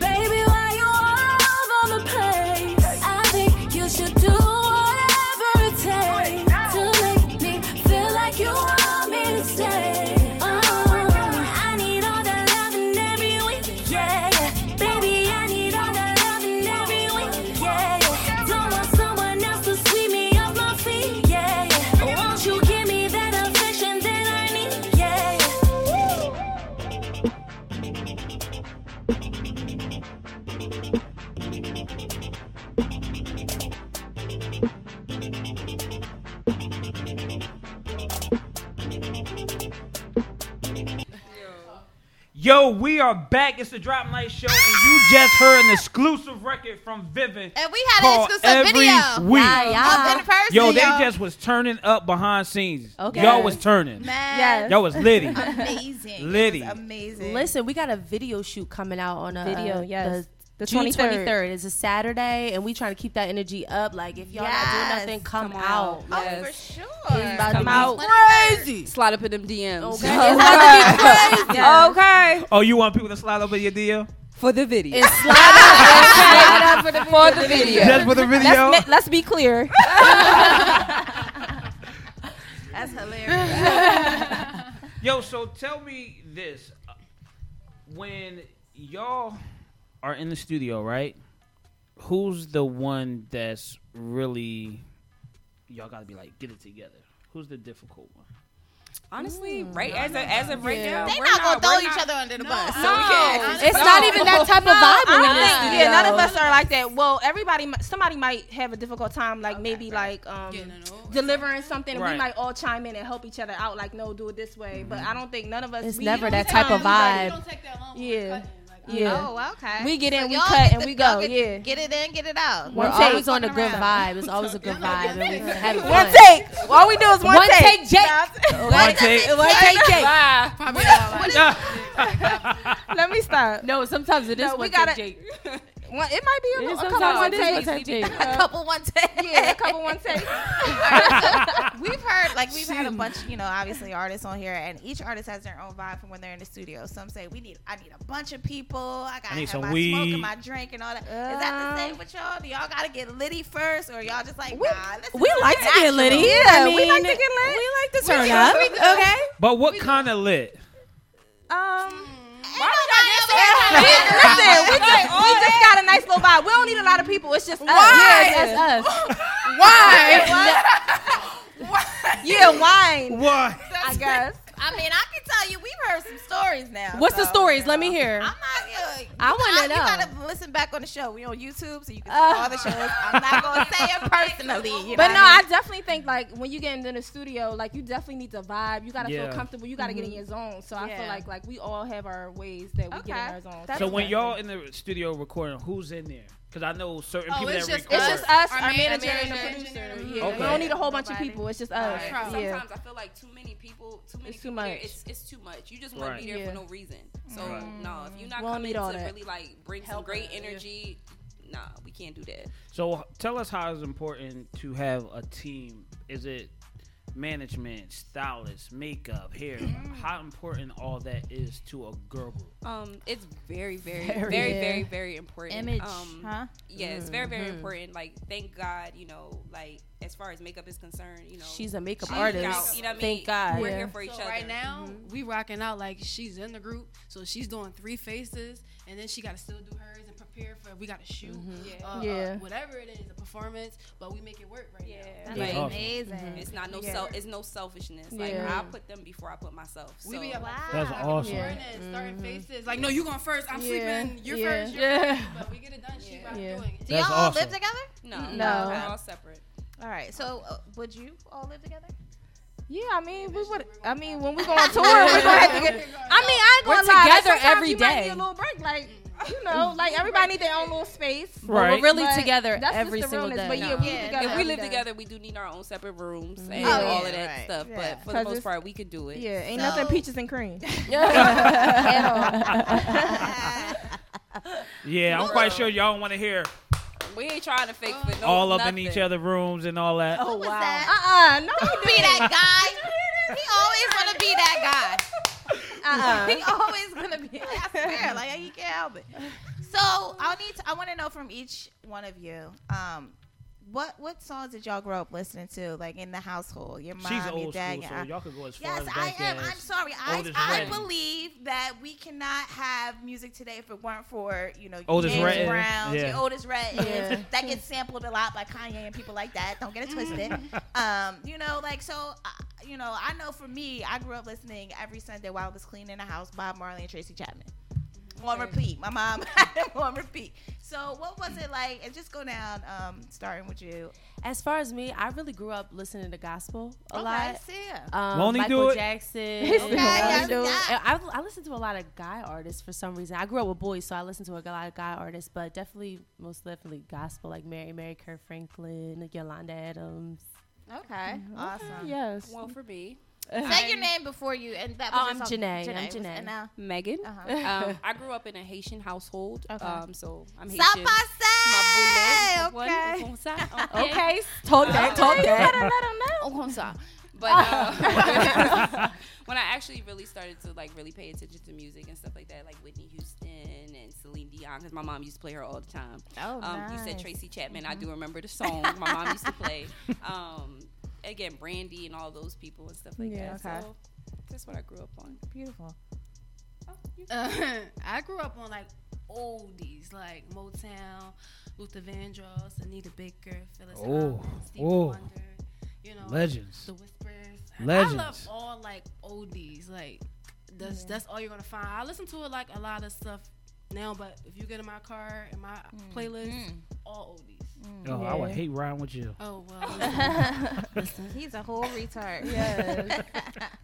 J: Baby, why you all over the place? I think you should do whatever it takes to make me feel like you want me to stay. Oh, I need all that loving every week, yeah, yeah. Baby, I need all that loving every week, yeah, yeah. Don't want someone else to sweep me off my feet, yeah, yeah. Won't you give me that affection that I need, yeah, yeah.
K: Yo, we are back. It's the Drop Night Show, and you just heard an exclusive record from Vivin.
A: And we had an
K: called
A: exclusive
K: every
A: video.
K: week.
A: Up in [laughs] person,
K: Yo, they
A: y'all.
K: just was turning up behind scenes.
E: Okay.
K: Y'all was turning.
A: Man,
K: Y'all was litty.
A: [laughs] amazing.
K: Liddy.
A: It was amazing.
E: Listen, we got a video shoot coming out on a
H: Video, yes. The
E: June
H: 23rd.
E: 23rd is a Saturday, and we trying to keep that energy up. Like, if y'all not
A: Yes.
E: doing nothing, come,
A: Come
E: out.
A: out. Oh,
E: Yes.
A: for sure.
E: It's about to
A: Come
E: be
A: out.
E: crazy.
G: Slide up in them DMs.
E: Okay.
G: It's
E: about to be crazy.
G: Okay.
K: Oh, you want people to slide over your deal?
G: For the video.
E: It's slide
G: up for
H: [laughs]
G: the, for the video.
K: Just for the video?
H: Let's, let's be clear.
A: That's hilarious.
D: Yo, so tell me this: when y'all are in the studio, right? Who's the one that's really y'all got to be like get it together? Who's the difficult one? [laughs]
G: Honestly, right as a as of right now,
A: They
G: we're
A: not gonna
G: we're
A: throw each
G: not-
A: other under the
G: No,
A: bus.
G: no.
A: honestly.
E: It's not even that type of vibe in this
H: I don't think-
E: studio.
H: Yeah, none of us are like that. Well, everybody, mi- somebody might have a difficult time, like maybe like um, delivering something.
E: Right.
H: We might all chime in and help each other out, like no, do it this way. But I don't think none of us.
E: It's
H: we-
E: never
H: we
E: that
H: come-
E: type of
H: like,
E: vibe.
H: Yeah, yeah.
A: Oh, okay.
H: We get
A: So
H: in, we
A: y'all
H: cut,
A: get
H: and
A: the-
H: we
A: y'all
H: go.
A: Get,
H: Yeah.
A: Get it in, get it out.
E: We're
H: One take.
E: always on a good vibe. It's always a good vibe. And we're having
H: One
E: fun.
H: take. All we do is one,
E: One take, Jake.
H: One
K: take.
E: One take, Jake.
I: Probably not like
H: Let me stop.
E: No, sometimes it is
H: No, we
E: one
H: gotta-
E: take, Jake.
H: One, it might be
E: It
H: a,
E: is
H: a couple
E: sometimes
H: one
E: it is
H: takes.
E: one take, Jake.
A: a couple one take.
H: Yeah, a
A: [laughs]
H: couple one takes. [laughs]
A: we've heard like we've had a bunch you know obviously artists on here and each artist has their own vibe from when they're in the studio some say we need i need a bunch of people i gotta
D: need
A: have
D: some
A: my smoke
D: weed.
A: and my drink and all that. Is
H: Uh.
A: that the same with y'all do y'all gotta get litty first or y'all just like nah let's
E: We like to get litty.
H: Yeah,
E: I mean,
H: we like to get lit.
E: We like to
H: We
E: turn
H: do,
E: up.
H: we do.
E: Okay.
D: But what kind of lit?
H: Um,
A: listen
H: we just, we just got a nice little vibe. We don't need a lot of people. It's just us.
E: Yeah,
H: Yeah, it's
E: that's us.
A: [laughs]
H: us. yeah, wine.
K: Why?
H: I guess.
A: i mean i can tell you we've heard some stories now
E: What's the
A: so,
E: stories?
A: you
E: Let me
A: know.
E: hear.
A: I'm not. Uh,
E: I wanna
A: to You
E: know.
A: gotta listen back on the show. We on YouTube, so you can see
E: Uh.
A: all the shows. I'm not gonna say it personally, you
H: But
A: know
H: no,
A: what
H: I definitely think like when you get into the studio, like you definitely need to vibe. You gotta
D: Yeah.
H: feel comfortable. You gotta get in your zone. So I feel
A: Yeah.
H: like like we all have our ways that we get
A: Okay.
H: in our zone.
D: so when y'all in the studio recording, who's in there? Because I know certain
I: Oh,
D: people
I: it's
D: that
I: just-
D: record.
H: it's just us,
I: Our
H: our,
I: manager
H: manager,
I: and
H: and the
I: engineer.
H: producer.
I: Mhm.
H: Yeah,
D: Okay.
H: we don't need a whole bunch
A: Nobody.
H: of people. It's just us.
G: Right.
H: Yeah.
G: Sometimes I feel like too many people, too many
H: It's too
G: people there,
H: much.
G: It's, it's too much. You just want
D: Right.
G: to be there
H: Yeah.
G: for no reason. So
D: Right.
G: no, if you're not
H: We don't
G: coming
H: need all
G: to
H: that.
G: really like bring some
I: Help
G: great
I: us, yeah.
G: energy, nah, we can't do that.
D: So h- tell us how it's important to have a team. Is it management, stylist, makeup, hair? how important all that is to a girl group?
G: Um, it's very, very,
E: Very.
G: very, very,
E: Yeah.
G: very, important.
A: Image,
G: um,
A: huh?
G: Yeah, it's very, very important. Like, thank God, you know, like as far as makeup is concerned, you know,
E: She's a makeup
G: she's
E: artist.
G: out, you know what I mean?
E: Thank God.
G: we're
E: Yeah.
G: here for each
I: so
G: other. Mm-hmm.
I: right now, we rocking out like she's in the group, so she's doing three faces, and then she got to still do hers and prepare for we got to shoot,
G: Yeah.
I: uh, uh,
H: Yeah.
I: whatever it is, a performance. But we make it work right
G: Yeah.
I: now.
A: That's
G: Like,
A: amazing.
G: It's not no
A: Yeah.
G: self. It's no selfishness. Like
H: Yeah.
G: I put them before I put myself. So Mm-hmm.
I: We be up
A: Wow.
I: wow.
A: That's
D: awesome.
I: morning, starting faces. Like, no, you going first. I'm
H: Yeah.
I: sleeping. You're
H: Yeah.
I: first. You're
A: [laughs]
H: Yeah.
I: first. But we get it done. She
G: Yeah.
I: rock
H: Yeah.
I: doing it.
A: Do
D: That's
A: y'all all
D: awesome.
A: live together?
G: no,
H: No.
G: we're all separate.
A: All right. So, uh, would you all live together?
H: Yeah, I mean, we would. I mean, when we
E: [laughs]
H: go on tour, we're gonna have to get. I mean, I ain't
E: We're
H: gonna lie. like,
E: together
H: sometimes
E: every
H: you might
E: day.
H: need a little break, like
E: [laughs]
H: you know, like everybody need their own little space.
E: We're really
H: But
E: together
H: that's
E: every
H: just the
E: single
H: realness,
E: day.
H: But yeah, we
A: Yeah,
H: live
G: if
H: together.
G: we
H: every
G: live
H: day.
G: together, we do need our own separate rooms and
H: Yeah.
G: all
A: Oh,
G: of that
A: yeah,
G: stuff.
A: right. Yeah.
G: But for
H: 'Cause
G: the most
H: it's-
G: part, we could do it.
H: Yeah, ain't
A: So-
H: nothing peaches
A: [laughs]
H: and
D: [laughs]
H: cream.
G: [laughs]
D: Yeah, I'm quite sure y'all want to hear
G: We ain't trying to fake for no
D: all up
G: nothing.
D: in each other rooms and all that.
A: [laughs] Who was that?
H: Uh-uh, no,
A: Don't be that guy. He always wanna be that [laughs] guy.
H: uh-uh.
A: He always gonna be. I swear, like he can't help it. So I need. To, I want to know from each one of you. Um, what what songs did y'all grow up listening to, like in the household? Your mom,
D: She's
A: your
D: old
A: dad,
D: school,
A: your
D: so
A: aunt.
D: y'all could go as far
A: Yes,
D: as
A: I
D: back
A: am.
D: as-
A: I'm sorry. I,
D: oldest
A: I
D: Red.
A: believe that we cannot have music today if it weren't for you know
D: Oldest
A: James
D: Red.
A: Brown,
D: Yeah.
A: the oldest red
H: Yeah.
A: is that gets sampled a lot by Kanye and people like that. Don't get it twisted. um, you know, like so. Uh, you know, I know for me, I grew up listening every Sunday while I was cleaning the house. Bob Marley and Tracy Chapman on repeat. My mom [laughs] had them on repeat. So what was it like? And just go down, um, starting with you.
E: As far as me, I really grew up listening to gospel a
A: Okay,
E: lot.
A: see ya.
E: Um,
D: Won't he
E: Michael
D: do it?
E: Jackson.
H: Okay,
A: yes,
E: And
A: yes.
E: I, I listen to a lot of guy artists for some reason. I grew up with boys, so I listen to a lot of guy artists, but definitely, most definitely gospel, like Mary, Mary, Kurt Franklin, Yolanda Adams.
A: Okay, awesome.
H: Yes.
G: Well, for me,
A: Say your name before you, and that was
E: Oh,
A: your
E: I'm
A: song.
E: Janae. I'm
A: was- uh,
E: Janae.
A: and now-
G: Megan.
A: Uh-huh.
G: Um, I grew up in a Haitian household,
A: Okay.
G: um, so I'm
A: Ça
G: Haitian. My boule,
A: okay.
G: one, on ça,
A: Okay,
E: talk that,
G: Um,
E: talk that. You better
G: On
A: Oh,
G: comme ça. But [laughs] uh, when I actually really started to like really pay attention to music and stuff like that, like Whitney Houston and Celine Dion, because my mom used to play her all the time.
A: Oh,
G: um, You said
A: nice.
G: Tracy Chapman. I do remember the song my mom used to play. Um, again, Brandy and all those people and stuff like
A: Yeah,
G: that.
A: okay.
G: So that's what I grew up on.
A: Beautiful.
I: Uh,
G: [laughs]
I: [laughs] I grew up on like oldies, like Motown, Luther Vandross, Anita Baker, Phyllis
D: Oh,
I: Collins, Stevie
D: oh.
I: Wonder. You know,
D: Legends.
I: The Whispers. I
D: Legends.
I: love all like oldies. Like that's that's all you're gonna find. I listen to like a lot of stuff now, but if you get in my car and my playlist,
A: Mm.
I: all oldies.
D: Oh, I would
I: Yeah.
D: hate riding with you.
I: Oh [laughs]
A: Mm.
H: [laughs]
I: well.
A: He's a whole retard.
H: Yes.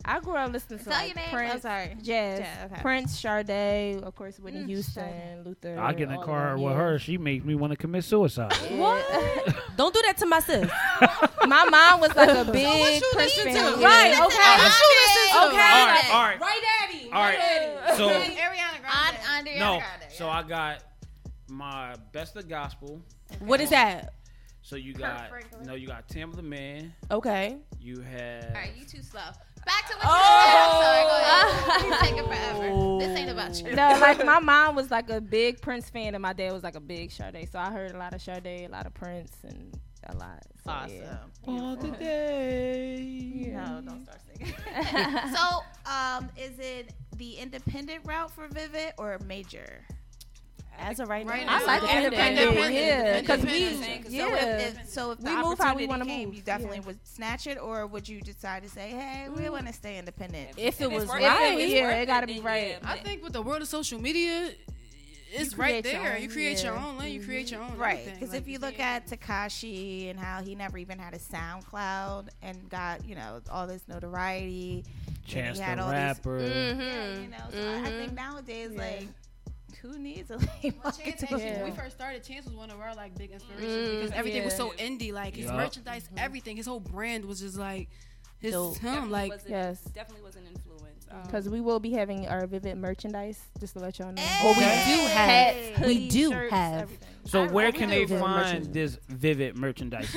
H: I grew up listening to
A: Tell
H: like,
A: your name. I'm
H: Prince,
A: sorry.
H: Jazz,
A: Jazz, okay.
H: Prince, Sade, of course Whitney
A: Mm,
H: Houston,
A: Sade.
H: Luther.
D: I get in the
H: all
D: car
H: of them,
D: with
H: yeah.
D: her. She makes me want to commit suicide.
E: What? Don't do that to my
G: [laughs]
E: sis.
H: My mom was like a
E: So
H: big
E: what you
H: Prince
E: listen
H: fan.
E: to?
H: Right?
E: Listen to Ivy.
D: All
H: Okay. Okay.
D: right, all right.
I: Right Daddy.
D: All right.
I: Right Daddy.
D: So-
I: Ariana Grande.
A: On, Andrea
D: No,
A: Grande.
D: so I got my best of gospel.
E: What is that?
D: So you
A: Kirk
D: got
A: [laughs] Franklin.
D: no, you got Tim the Man.
E: Okay.
D: You have
A: All right, you too slow. Back to what you
E: Oh.
A: said. I'm sorry. Go ahead. You take it forever. This ain't about
E: Oh.
A: you.
E: [laughs]
H: No, like my mom was like a big Prince fan, and my dad was like a big Sade. So I heard a lot of Sade, a lot of Prince, and a lot. So, yeah.
D: all the day.
A: No, don't start singing.
H: [laughs]
A: so, um, is it the independent route for Vivid or major?
E: As of right now,
I: Right
E: I
I: now,
E: like
I: it's
E: independent.
I: independent.
E: Yeah, because
I: Independent.
E: we.
I: Independent.
A: So
E: Yeah.
A: if, if so, if the
H: We move how we
A: opportunity
H: wanna
A: came,
H: move,
A: you definitely
H: yeah. Mm-hmm.
A: would snatch it, or would you decide to say, "Hey, we want to stay independent"?
E: If it
G: it's
E: was
G: worth
E: right,
G: it's
H: yeah,
G: worth
H: it gotta be
G: then
H: right.
G: yeah,
I: I
G: but-
I: think with the world of social media, it's right
H: create your
I: there.
H: own,
I: You create your
H: yeah.
I: own lane. You create your own
A: Right,
I: everything.
A: because
I: Like,
A: if you look
I: can't-
A: at Takashi and how he never even had a SoundCloud and got you know all this notoriety,
D: Chance
A: he
D: the
A: had all these- Mm,
D: Rapper.
A: yeah, you know. So I, I think nowadays,
H: Mm-hmm. Yeah.
A: like, who needs a [laughs] label?
I: Well, Chance, actually,
H: Yeah.
I: when we first started, Chance was one of our like big inspirations
E: Mm,
I: because everything was
E: yeah.
I: so indie. Like his
D: Yup.
I: merchandise, everything, his whole brand was just like his
E: Dope.
I: him.
G: definitely
I: Like
G: was an-
H: yes.
G: definitely was an influence. Um,
H: Because we will be having our Vivid merchandise, just to let y'all know.
A: Hey! Well, we do have-
H: hats,
E: we
H: hoodies,
E: do
H: shirts,
E: have.
H: everything.
D: So where can they
E: do.
D: find this vivid merchandise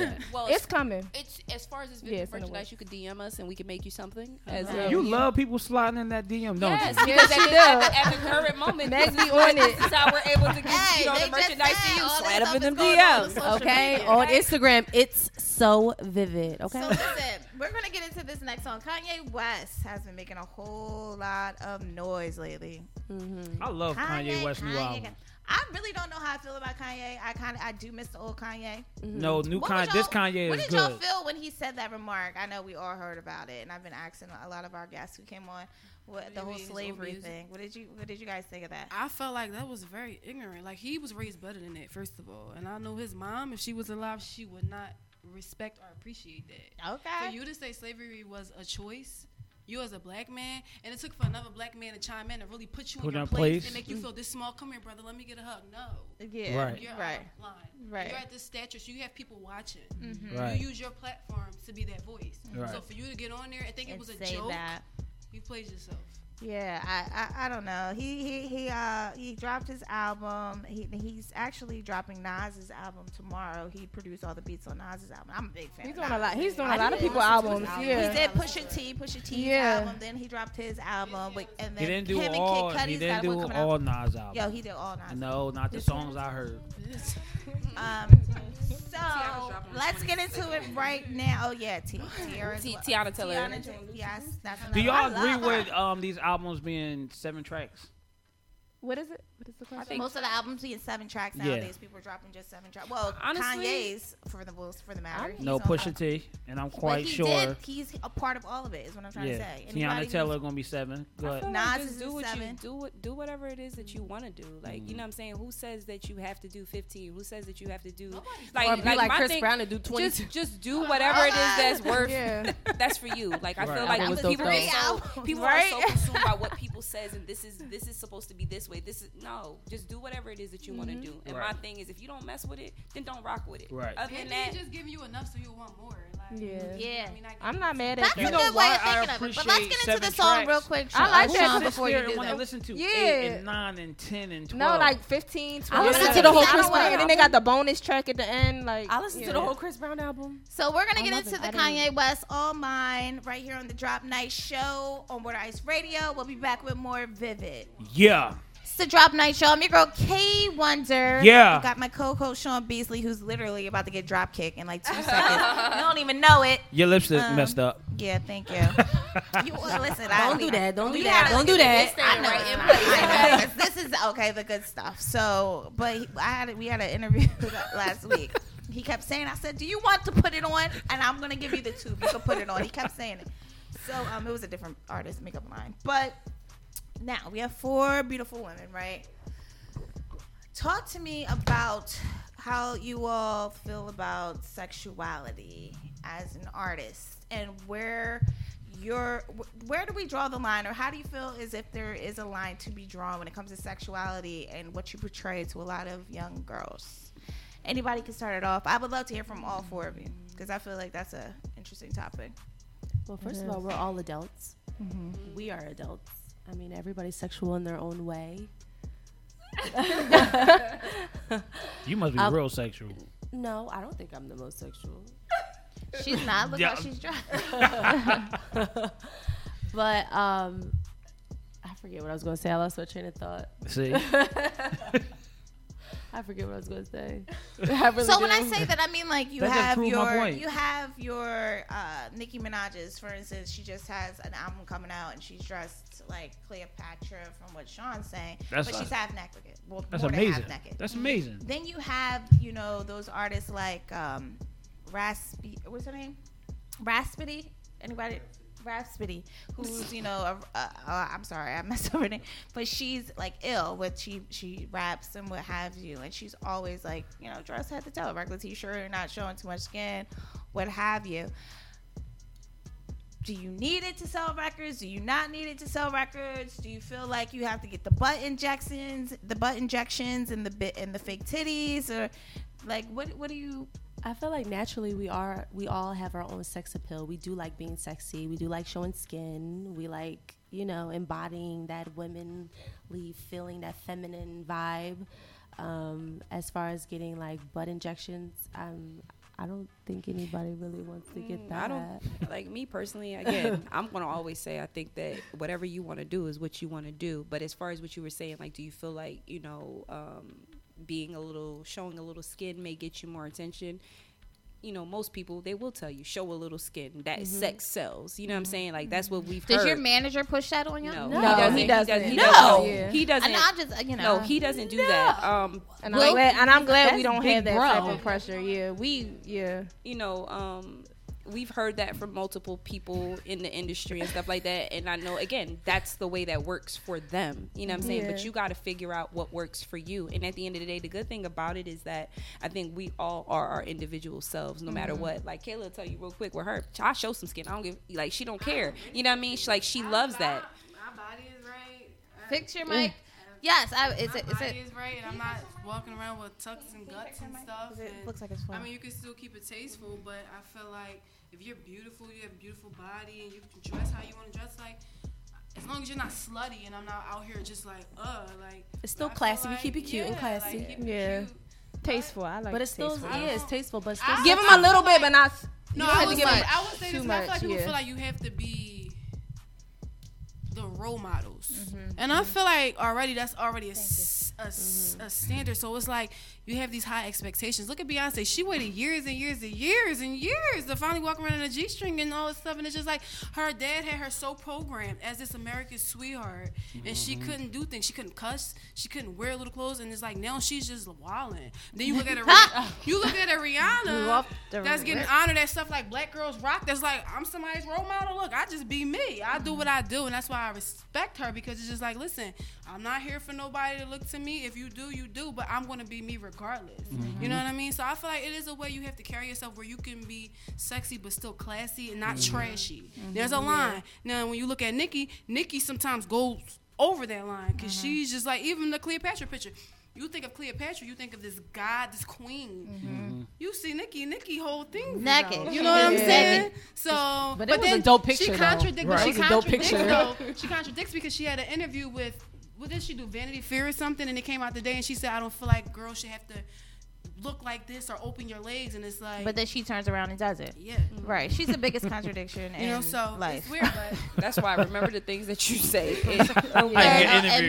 A: [laughs]
D: at?
G: well,
H: It's coming.
G: It's as far as this
H: Yeah,
G: video
H: it's in the
G: merchandise, you could DM us and we could make you something. As
H: Alright.
G: a-
D: You love people sliding in that DM, don't
G: Yes,
D: you?
G: because
H: Yes, you
G: at, the, at, the, at the current moment,
H: Meg
G: this is
H: be
G: what-
H: on it.
G: This is how we're able to get
A: Hey,
G: you know,
A: they
G: the
A: just
G: merchandise
A: said
G: to you.
A: all that
E: Right up
A: stuff
E: in
A: is
E: them
A: going on on
E: DMs,
A: social
E: okay?
A: media,
E: On
A: right?
E: Instagram, it's so vivid, okay?
A: So listen, we're gonna get into this next song. Kanye West has been making a whole lot of noise lately.
D: I love Kanye, West new
A: Kanye,
D: album.
A: Kanye. I really don't know how I feel about Kanye. I kind of I do miss the old Kanye.
D: No, new
A: What
D: Kanye.
A: would
D: This
A: y'all-
D: Kanye
A: What
D: is
A: did y'all
D: good.
A: feel when he said that remark? I know we all heard about it, and I've been asking a lot of our guests who came on what the
I: do you
A: whole
I: mean, his old
A: slavery
I: music?
A: thing. What did you What did you guys think of that?
I: I felt like that was very ignorant. Like he was raised better than that, first of all. And I know his mom, if she was alive, she would not respect or appreciate that.
A: Okay.
I: For you to say slavery was a choice, you as a black man, and it took for another black man to chime in and really put you
D: Put
I: in your
D: in
I: place,
D: place.
I: and make
A: Mm-hmm.
I: you feel this small. Come here, brother. Let me get a hug. No,
A: yeah.
D: Right.
I: you're
A: Right.
I: out of line.
A: Right. Mm-hmm.
I: You're at this stature, so you have people watching.
D: Right.
I: You use your platform to be that voice.
D: Right.
I: So for you to get on there and think it
A: And
I: was a
A: say
I: joke,
A: that.
I: you played yourself.
A: Yeah, I, I I don't know. He he he uh he dropped his album. He he's actually dropping Nas's album tomorrow. He produced all the beats on Nas's album. I'm a big fan.
H: He's
A: of
H: doing
A: Nas.
H: a lot. He's doing
A: I
H: a lot of
A: didn't
H: people
A: listen to
H: albums.
A: his
H: Yeah.
A: He did Pusha T, Pusha T's
H: Yeah.
A: album. Then he dropped his album, with, and
D: He
A: then
D: didn't do
A: him
D: all.
A: and Kid
D: He
A: Cudi's got
D: didn't
A: one
D: do
A: coming
D: all
A: out.
D: Nas albums.
A: Yo, he did all Nas.
D: No, not the songs I heard.
A: Um, so let's get into it right now. Oh yeah,
G: [laughs]
A: T- Tiara.
G: Ti- Tiana Taylor.
A: Tiana Taylor. Yes, that's another-
D: Do y'all
A: I
D: agree
A: love her. [laughs]
D: with um these albums being seven tracks?
H: What is it? What is the question?
A: Most of the albums being seven tracks
D: Yeah.
A: nowadays. People are dropping just seven tracks. Well,
G: Honestly-
A: Kanye's for the most for the matter. He's
D: No
A: on
D: Pusha
A: top.
D: T, and I'm
A: But
D: quite
A: he
D: sure.
A: Did, he's a part of all of it. Is what I'm trying to
D: yeah,
A: say. Anybody
D: Tiana
A: who's-
D: Taylor gonna be seven.
G: I feel
D: But
A: Nas
G: like just
A: is
G: do
A: in
G: what
A: seven.
G: you do. What, do whatever it is that you want to do. Like you know, what I'm saying, who says that you have to do 15? Who says that you have to do like
E: Or be like
G: my
E: Chris
G: thing-
E: Brown and do 22.
G: Just, just do whatever it is that's worth.
H: Yeah.
G: [laughs] that's for you. Like I
D: Right.
G: feel
D: That
G: like
E: was dope,
G: people,
E: though.
G: are so,
A: Three
G: people
A: albums.
G: are so consumed by what people says, and this is this is supposed to be this way. This is no. Just do whatever it is that you want to do. And
D: Right.
G: my thing is, if you don't mess with it, then don't rock with it.
D: Right.
G: Other than
I: Maybe
G: that,
I: he's just giving you enough so you'll want more. Like
H: Yeah.
A: Yeah.
H: I'm not mad at
A: That's
H: that.
A: a good way of thinking of it. But let's get into the song real quick. Sean.
H: I like
A: Sean,
H: that
A: before you do
D: want to
A: that.
D: listen to
H: Yeah.
D: eight and nine and ten and twelve.
H: No, like 15, 20.
D: I
H: listen
D: listen
H: to the whole
D: to
H: Chris
D: the
H: Brown.
D: whole
H: And then they got the bonus track at the end. Like
E: I listened to the whole Chris Brown album.
A: So we're gonna
E: I
A: get
E: love
A: into
E: it.
A: the
E: I didn't-
A: Kanye West All Mine right here on the Drop Night Show on Water Ice Radio. We'll be back with more Vivid.
D: yeah.
A: It's the Drop Night Show. I'm your girl K Wonder.
D: Yeah.
A: I got my co-host Sean Beasley, who's literally about to get drop kicked in like two seconds. You don't even know it.
D: Your lips is
A: Um,
D: messed up.
A: Yeah, thank you. [laughs] you well, listen. I
E: Don't do that. Don't
A: we
E: do that.
A: gotta-
E: Don't do that.
A: I know. I know. This is okay. The good stuff. So, but he, I had we had an interview [laughs] last week. He kept saying, "I said, do you want to put it on?" And I'm gonna give you the tube. You can put it on. He kept saying it. So, um, it was a different artist makeup line, but now we have four beautiful women, right? Talk to me about how you all feel about sexuality as an artist and where your wh- where do we draw the line or how do you feel as if there is a line to be drawn when it comes to sexuality and what you portray to a lot of young girls anybody can start it off i would love to hear from all four of you because i feel like that's a interesting topic
E: Well, first of all, we're all adults. We are adults. I mean, everybody's sexual in their own way.
D: You must be
E: Um,
D: real sexual.
E: No, I don't think I'm the most sexual.
A: She's not. Look
D: Yeah.
A: how she's dressed.
E: but um, I forget what I was going to say. I lost my train of thought. [laughs]
D: See?
E: I forget what I was going to say. [laughs] I really
A: so when I
E: do.
A: say that, I mean like you
E: That just
A: have
E: proved my
A: your
E: point.
A: you have your uh, Nicki Minaj's, for instance. She just has an album coming out, and she's dressed like Cleopatra from what Sean's saying,
D: That's
A: but
D: a-
A: she's half naked. Well,
D: That's
A: more than half
D: amazing.
A: naked.
D: That's amazing.
A: Then you have you know those artists like um, Raspy. What's her name? Raspity. Anybody? Raspity, who's you know, a, a, a, I'm sorry, I messed up her name, but she's like ill. What she she raps and what have you, and she's always like you know dressed head to toe, regular t-shirt, not showing too much skin, what have you. Do you need it to sell records? Do you not need it to sell records? Do you feel like you have to get the butt injections, the butt injections, and the bit and the fake titties, or like what? What do you?
E: I feel like naturally we are we all have our own sex appeal. We do like being sexy. We do like showing skin. We like, you know, embodying that womanly feeling, that feminine vibe. Um, as far as getting like butt injections, um, I don't think anybody really wants to get
G: Mm,
E: that.
G: I don't like me [laughs] personally. Again, I'm gonna always say I think that whatever you want to do is what you want to do. But as far as what you were saying, like, do you feel like you know, um, being a little, showing a little skin may get you more attention? You know, most people they will tell you show a little skin that
A: Mhm.
G: sex sells. You know what I'm saying? Like that's what we've
A: Does
G: heard.
A: your manager push that on you?
G: no,
A: No,
G: he doesn't. He doesn't. He
A: No.
G: doesn't.
A: Yeah.
G: He doesn't.
A: And I'm just, uh, you know.
G: no, he doesn't do that. Um,
H: And I'm glad, and I'm glad we don't have that
G: type
H: type of pressure. Yeah, we yeah.
G: you know, um, we've heard that from multiple people in the industry and stuff like that. And I know, again, that's the way that works for them. You know what I'm saying? But
E: Yeah.
G: you got to figure out what works for you. And at the end of the day, the good thing about it is that I think we all are our individual selves, no matter
E: Mhm.
G: what. Like Kayla will tell you real quick with her, I show some skin. I don't give like she don't care. You know what I mean? She, like she loves that.
I: My body is right. Uh,
A: Fix your mic. Yes, I, is
I: my
A: it? Is
I: body
A: it?
I: is right, and I'm not walking around with tucks and guts and stuff. and-
A: looks like it's full.
I: I mean, you can still keep it tasteful, but I feel like if you're beautiful, you have a beautiful body, and you can dress how you want to dress. Like, as long as you're not slutty, and I'm not out here just like, uh, like.
E: It's still
I: I feel
E: classy. We keep it
I: like,
E: cute and
I: yeah,
E: classy.
I: like, keep it
H: Yeah.
I: cute.
H: Tasteful. I like
E: but it's still
H: tasteful.
E: yeah, it's tasteful, but still
I: I-
H: Give him a little bit, but not. You
I: No,
H: don't
I: I
H: have to
I: would,
H: give
I: say,
H: him
I: I would say
H: too
I: this. but
H: much.
I: I feel like people
H: yeah.
I: feel like you have to be the role models, and I feel like already that's already a, s- a s- a standard. So it's like you have these high expectations. Look at Beyonce; she waited years and years and years and years to finally walk around in a G string and all this stuff. And it's just like her dad had her so programmed as this American sweetheart, and she couldn't do things. She couldn't cuss. She couldn't wear little clothes. And it's like now she's just wilding. Then you look at her. you look at her
H: Grew
I: Rihanna
H: up the
I: that's getting
H: rip.
I: honored at stuff like Black Girls Rock. That's like I'm somebody's role model. Look, I just be me. I do what I do, and that's why I respect her because it's just like, listen, I'm not here for nobody to look to me. If you do, you do, but I'm gonna be me regardless. You know what I mean? So I feel like it is a way you have to carry yourself where you can be sexy but still classy and not
E: Mhm.
I: trashy.
E: Mhm.
I: There's a line. Now when you look at Nikki, Nikki sometimes goes over that line because she's just like even the Cleopatra picture. You think of Cleopatra, you think of this god, this queen. You you see Nikki, Nikki whole thing was
A: Naked.
I: out. You know what I'm
A: Yeah.
I: saying?
A: Naked.
I: So,
L: But it was a dope picture,
I: She
L: though.
I: contradicts.
L: Right.
I: She
L: It was a dope
I: contradicts,
L: picture.
I: though. She contradicts because she had an interview with what did she do? Vanity Fair or something, and it came out today, and she said, "I don't feel like girls should have to look like this or open your legs," and it's like,
A: But then she turns around and does it.
I: Yeah.
A: Right. She's the [laughs] biggest contradiction
I: You
A: in
I: know, so it's
A: life.
I: weird,
L: [laughs]
I: but-
G: That's why I remember the things that you say.
A: Oh, And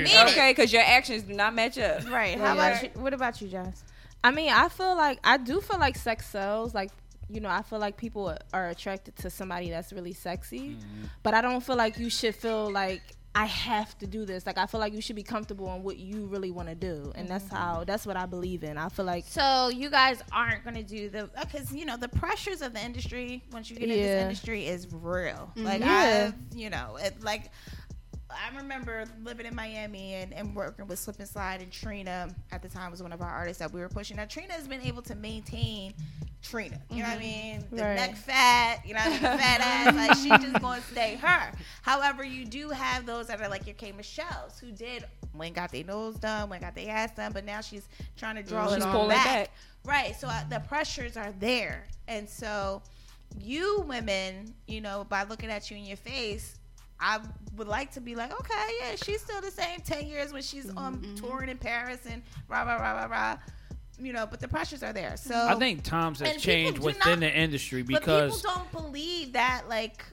A: mean it.
G: okay, because your actions do not match up.
A: [laughs] Right.
H: How about you? What about you, Jazz? I mean, I feel like I do feel like sex sells. Like you know, I feel like people are attracted to somebody that's really sexy, but I don't feel like you should feel like I have to do this. Like I feel like you should be comfortable in what you really want to do, and that's how that's what I believe in. I feel like
A: So you guys aren't going to do the because you know the pressures of the industry once you get into
H: Yeah. Mm-hmm.
A: this industry is real. Like
H: Yeah.
A: I, you know, it, like I remember living in Miami and, and working with Slip and Slide and Trina at the time was one of our artists that we were pushing. Now Trina has been able to maintain Trina. You know what I
H: Mhm.
A: mean? The
H: Right.
A: neck fat, you know, what I mean? the fat ass. Like she just going to stay
H: [laughs]
A: her. However, you do have those that are like your K Michelle's who did when got their nose done, when got their ass done, but now she's trying to draw
G: She's
A: it all
G: pulling
A: back.
G: back.
A: Right. So uh, the pressures are there, and so you women, you know, by looking at you in your face. I would like to be like, okay, yeah, she's still the same ten years when she's on touring in Paris and rah rah rah rah rah, you know. But the pressures are there, so
D: I think times
A: and
D: have
A: people
D: changed
A: do not-
D: within the industry because
A: but people don't believe that like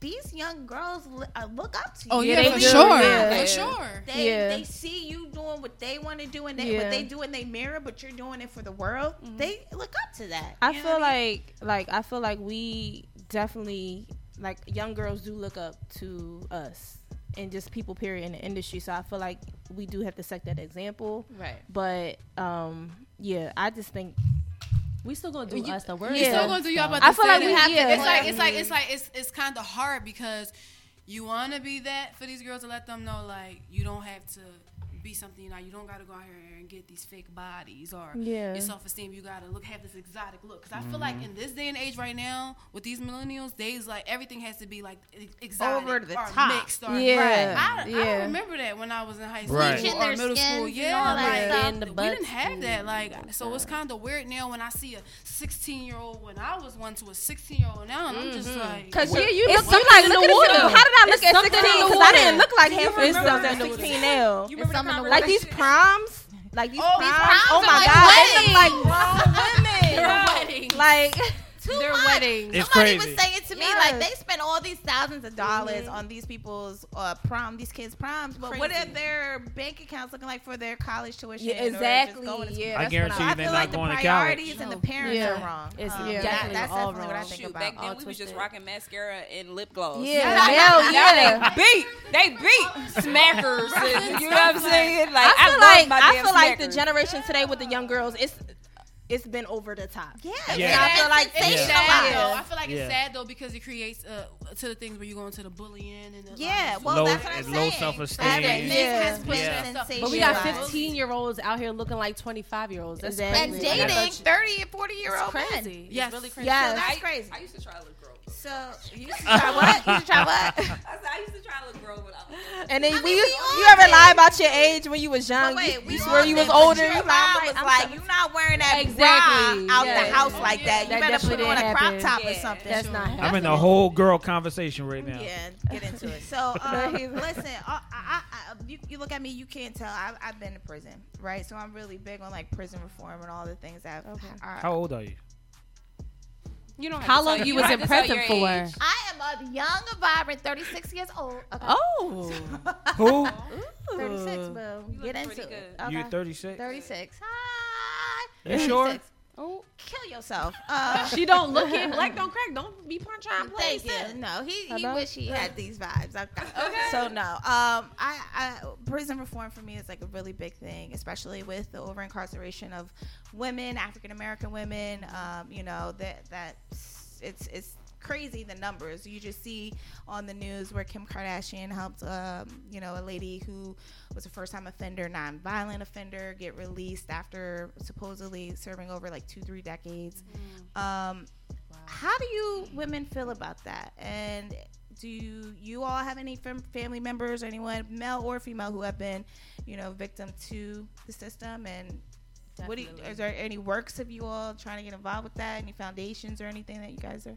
A: these young girls li- uh, look up to you.
I: Oh, Yeah, yeah, they for do. sure.
A: They-
I: For sure.
A: They
I: Yeah.
A: they see you doing what they want to do and they,
H: Yeah. Mm-hmm.
A: what they do in they mirror, but you're doing it for the world. They look up to that.
H: I
A: You know
H: feel
A: what mean?
H: like like I feel like we definitely like young girls do look up to us and just people period in the industry. So I feel like we do have to set that example.
L: Right.
H: But um yeah, I just think
L: We still gonna do
H: You-
L: us the
H: you
L: worst.
H: still
L: though.
H: gonna do y'all, but
L: I
H: I
L: feel
H: feel like we have to-
L: yeah.
I: It's like it's like it's like it's it's kind of hard because you want to be that for these girls to let them know like you don't have to be something you know you don't got to go out here and get these fake bodies or
H: Yeah.
I: your self esteem you got to look have this exotic look because I feel like in this day and age right now with these millennials days like everything has to be like ex- exotic
A: Over the
I: or
A: top.
I: mixed or
A: Yeah.
I: I, I
A: Yeah.
I: don't remember that when I was in high school
L: Right.
I: or
L: Bleaching their
I: middle school
L: skins and
I: yeah
L: all that stuff. Mm-hmm.
I: like
L: And the
I: we
L: butts
I: didn't have that
L: and-
I: like so it's kind of weird now when I see a 16 year old when I was one to a 16 year old now and I'm just
L: Mm-hmm.
I: like
H: Cause yeah, you
I: It's
H: look you
I: something
H: like
I: in the
H: look at
I: water.
H: yourself. How did I look
I: It's
H: at
I: something in
H: sixteen?
I: the
H: Because I
I: water.
H: didn't look like
I: Do
H: half
I: you
H: of the
I: remember
H: girls at
I: the water?
H: sixteen now.
I: You remember the
H: Like these proms, like these
I: Oh,
H: proms.
I: these
H: Oh
I: proms
H: my
I: are
H: god, they
I: like
H: look like grown women.
A: They're
H: [laughs] weddings. Like
A: too
H: They're
A: much.
H: weddings. It's
A: Somebody
H: crazy.
A: was saying to me
H: Yes.
A: like they spend all these thousands of dollars on these people's uh, prom, these kids' proms, but what
H: Mm-hmm. Crazy.
A: are their bank accounts looking like for their college tuition?
H: Yeah,
A: or just
H: exactly.
A: going to school?
H: Yeah,
D: I
H: that's
D: guarantee
H: what I-
D: you they're
H: I feel
D: not
H: like the
D: going to
A: priorities
D: college.
A: and the parents
H: Yeah.
A: are wrong.
H: It's
A: Um,
H: yeah,
A: that-
H: definitely
A: that's
H: all
A: definitely what I
H: wrong.
A: think
G: Shoot,
A: about.
G: back then we was just rocking mascara and lip gloss.
A: Yeah,
G: [laughs]
H: hell
G: Now they
H: yeah.
G: beat. They beat smackers. and- you know what I'm saying? Like
H: I
G: I,
H: feel
G: love
H: like
G: my
H: I
G: damn
H: feel like the
G: Smackers.
H: generation today with the young girls, it's it's been over the top. Yeah,
I: Yeah.
H: I feel like
I: it's
H: it's
I: sad though. I feel like
D: Yeah.
I: it's sad though because it creates uh, to the things where you go into the bullying and the
A: Yeah,
I: like,
A: well,
D: low,
A: that's what I'm
D: low
A: saying.
D: self-esteem.
A: That's what makes
L: Yeah.
A: us put
D: Yeah.
A: sensationalized.
L: But we got 15 year olds out here looking like 25 year olds. That's
A: and
L: crazy. Like, I
A: dating
L: thought
A: 30 and 40 year old
L: It's
A: men.
L: crazy. It's Yes. really crazy.
A: Yeah,
L: Yes.
A: that's
L: I-
A: crazy.
G: I used to try to look grow.
A: So you used to
D: [laughs]
A: try what? You used to try
H: [laughs]
A: what?
G: I,
H: Um,
G: said, I used to try to look grow, but I was
H: And then
A: I mean,
H: we,
A: we
H: you
A: all
H: ever lie
A: did.
H: about your age when you was young?
A: But wait,
H: you,
A: we
H: you swear
A: all
H: you
A: did,
H: was
A: but
H: older.
A: Your
H: You
A: mom
H: lie,
A: was
H: I'm
A: like,
H: sorry.
A: "You're not wearing that
H: Exactly,
A: bra out the
H: yeah.
A: house like that. You
H: That
A: better put
H: definitely
A: on a
H: didn't
A: crop
H: happen.
A: top or
H: Yeah.
A: something."
H: That's not
D: I'm in a whole girl conversation right now.
A: Yeah, get into it.
H: [laughs]
A: So, um, listen, I, I, I, you, you look at me, you can't tell. I, I've been to prison, right? So I'm really big on like prison reform and all the things that are.
D: How old are you?
G: You don't have
L: How
G: to
L: long
G: tell-
L: you
G: don't
L: was in
G: have to tell
L: prison
G: your
L: for?
G: age.
A: I am a young, vibrant, 36 years old. Okay.
L: Oh.
D: Who?
A: 36, boo. Get into it.
D: You
A: Okay.
D: 36?
A: 36. Hi.
D: You sure?
A: 36. Kill yourself. Uh,
L: She don't look it. Black don't crack. Don't be pun- trying to play.
A: Thank you. No, he, he
L: Hello?
A: wish he had these vibes. Okay. So no, um, I, I prison reform for me is like a really big thing, especially with the over incarceration of women, African American women. Um, you know that that it's it's crazy the numbers you just see on the news where Kim Kardashian helped um, you know a lady who was a first time offender non-violent offender get released after supposedly serving over like two three decades um, how do you women feel about that? And do you, you all have any fam- family members or anyone, male or female, who have been, you know, victim to the system? And [laughs] What do you,
E: Definitely.
A: is there any works of you all trying to get involved with that? Any foundations or anything that you guys are?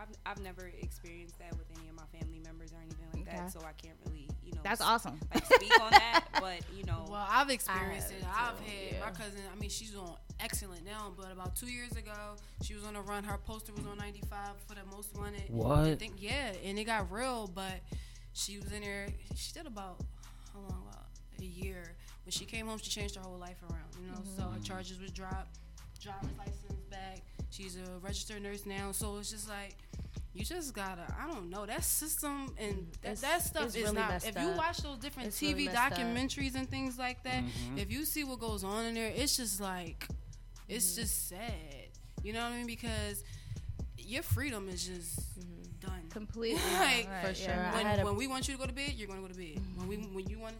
G: I've, I've never experienced that with any of my family members or anything like
A: Okay.
G: that, so I can't really, you know.
A: That's
G: s-
A: awesome.
G: Like speak on [laughs] that, but you know.
I: Well, I've experienced it. I've
G: so,
I: had my cousin. I mean, she's doing excellent now, but about two years ago, she was on a run. Her poster was on 95 for the most wanted.
D: What?
I: I think, yeah, and it got real, but she was in there. She did about how long? About a year. When she came home, she changed her whole life around. You know, so her
E: Mhm.
I: charges was dropped, driver's license back. She's a registered nurse now, so it's just like. You just gotta, I don't know, that system and
E: Mm,
I: that,
E: It's-
I: that stuff
E: it's
I: is
E: really
I: not.
E: messed
I: If you
E: up.
I: watch those different
E: It's
I: TV
E: really messed up.
I: documentaries and things like that,
E: Mhm.
I: if you see what goes on in there, it's just like, it's
E: Mm-hmm.
I: just sad. You know what I mean? Because your freedom is just done [laughs]
E: Completely.
I: like
E: Yeah, right, For yeah. sure. I
I: When,
E: had a- Mm-hmm.
I: when we want you to go to bed, you're gonna go to bed. When we when you want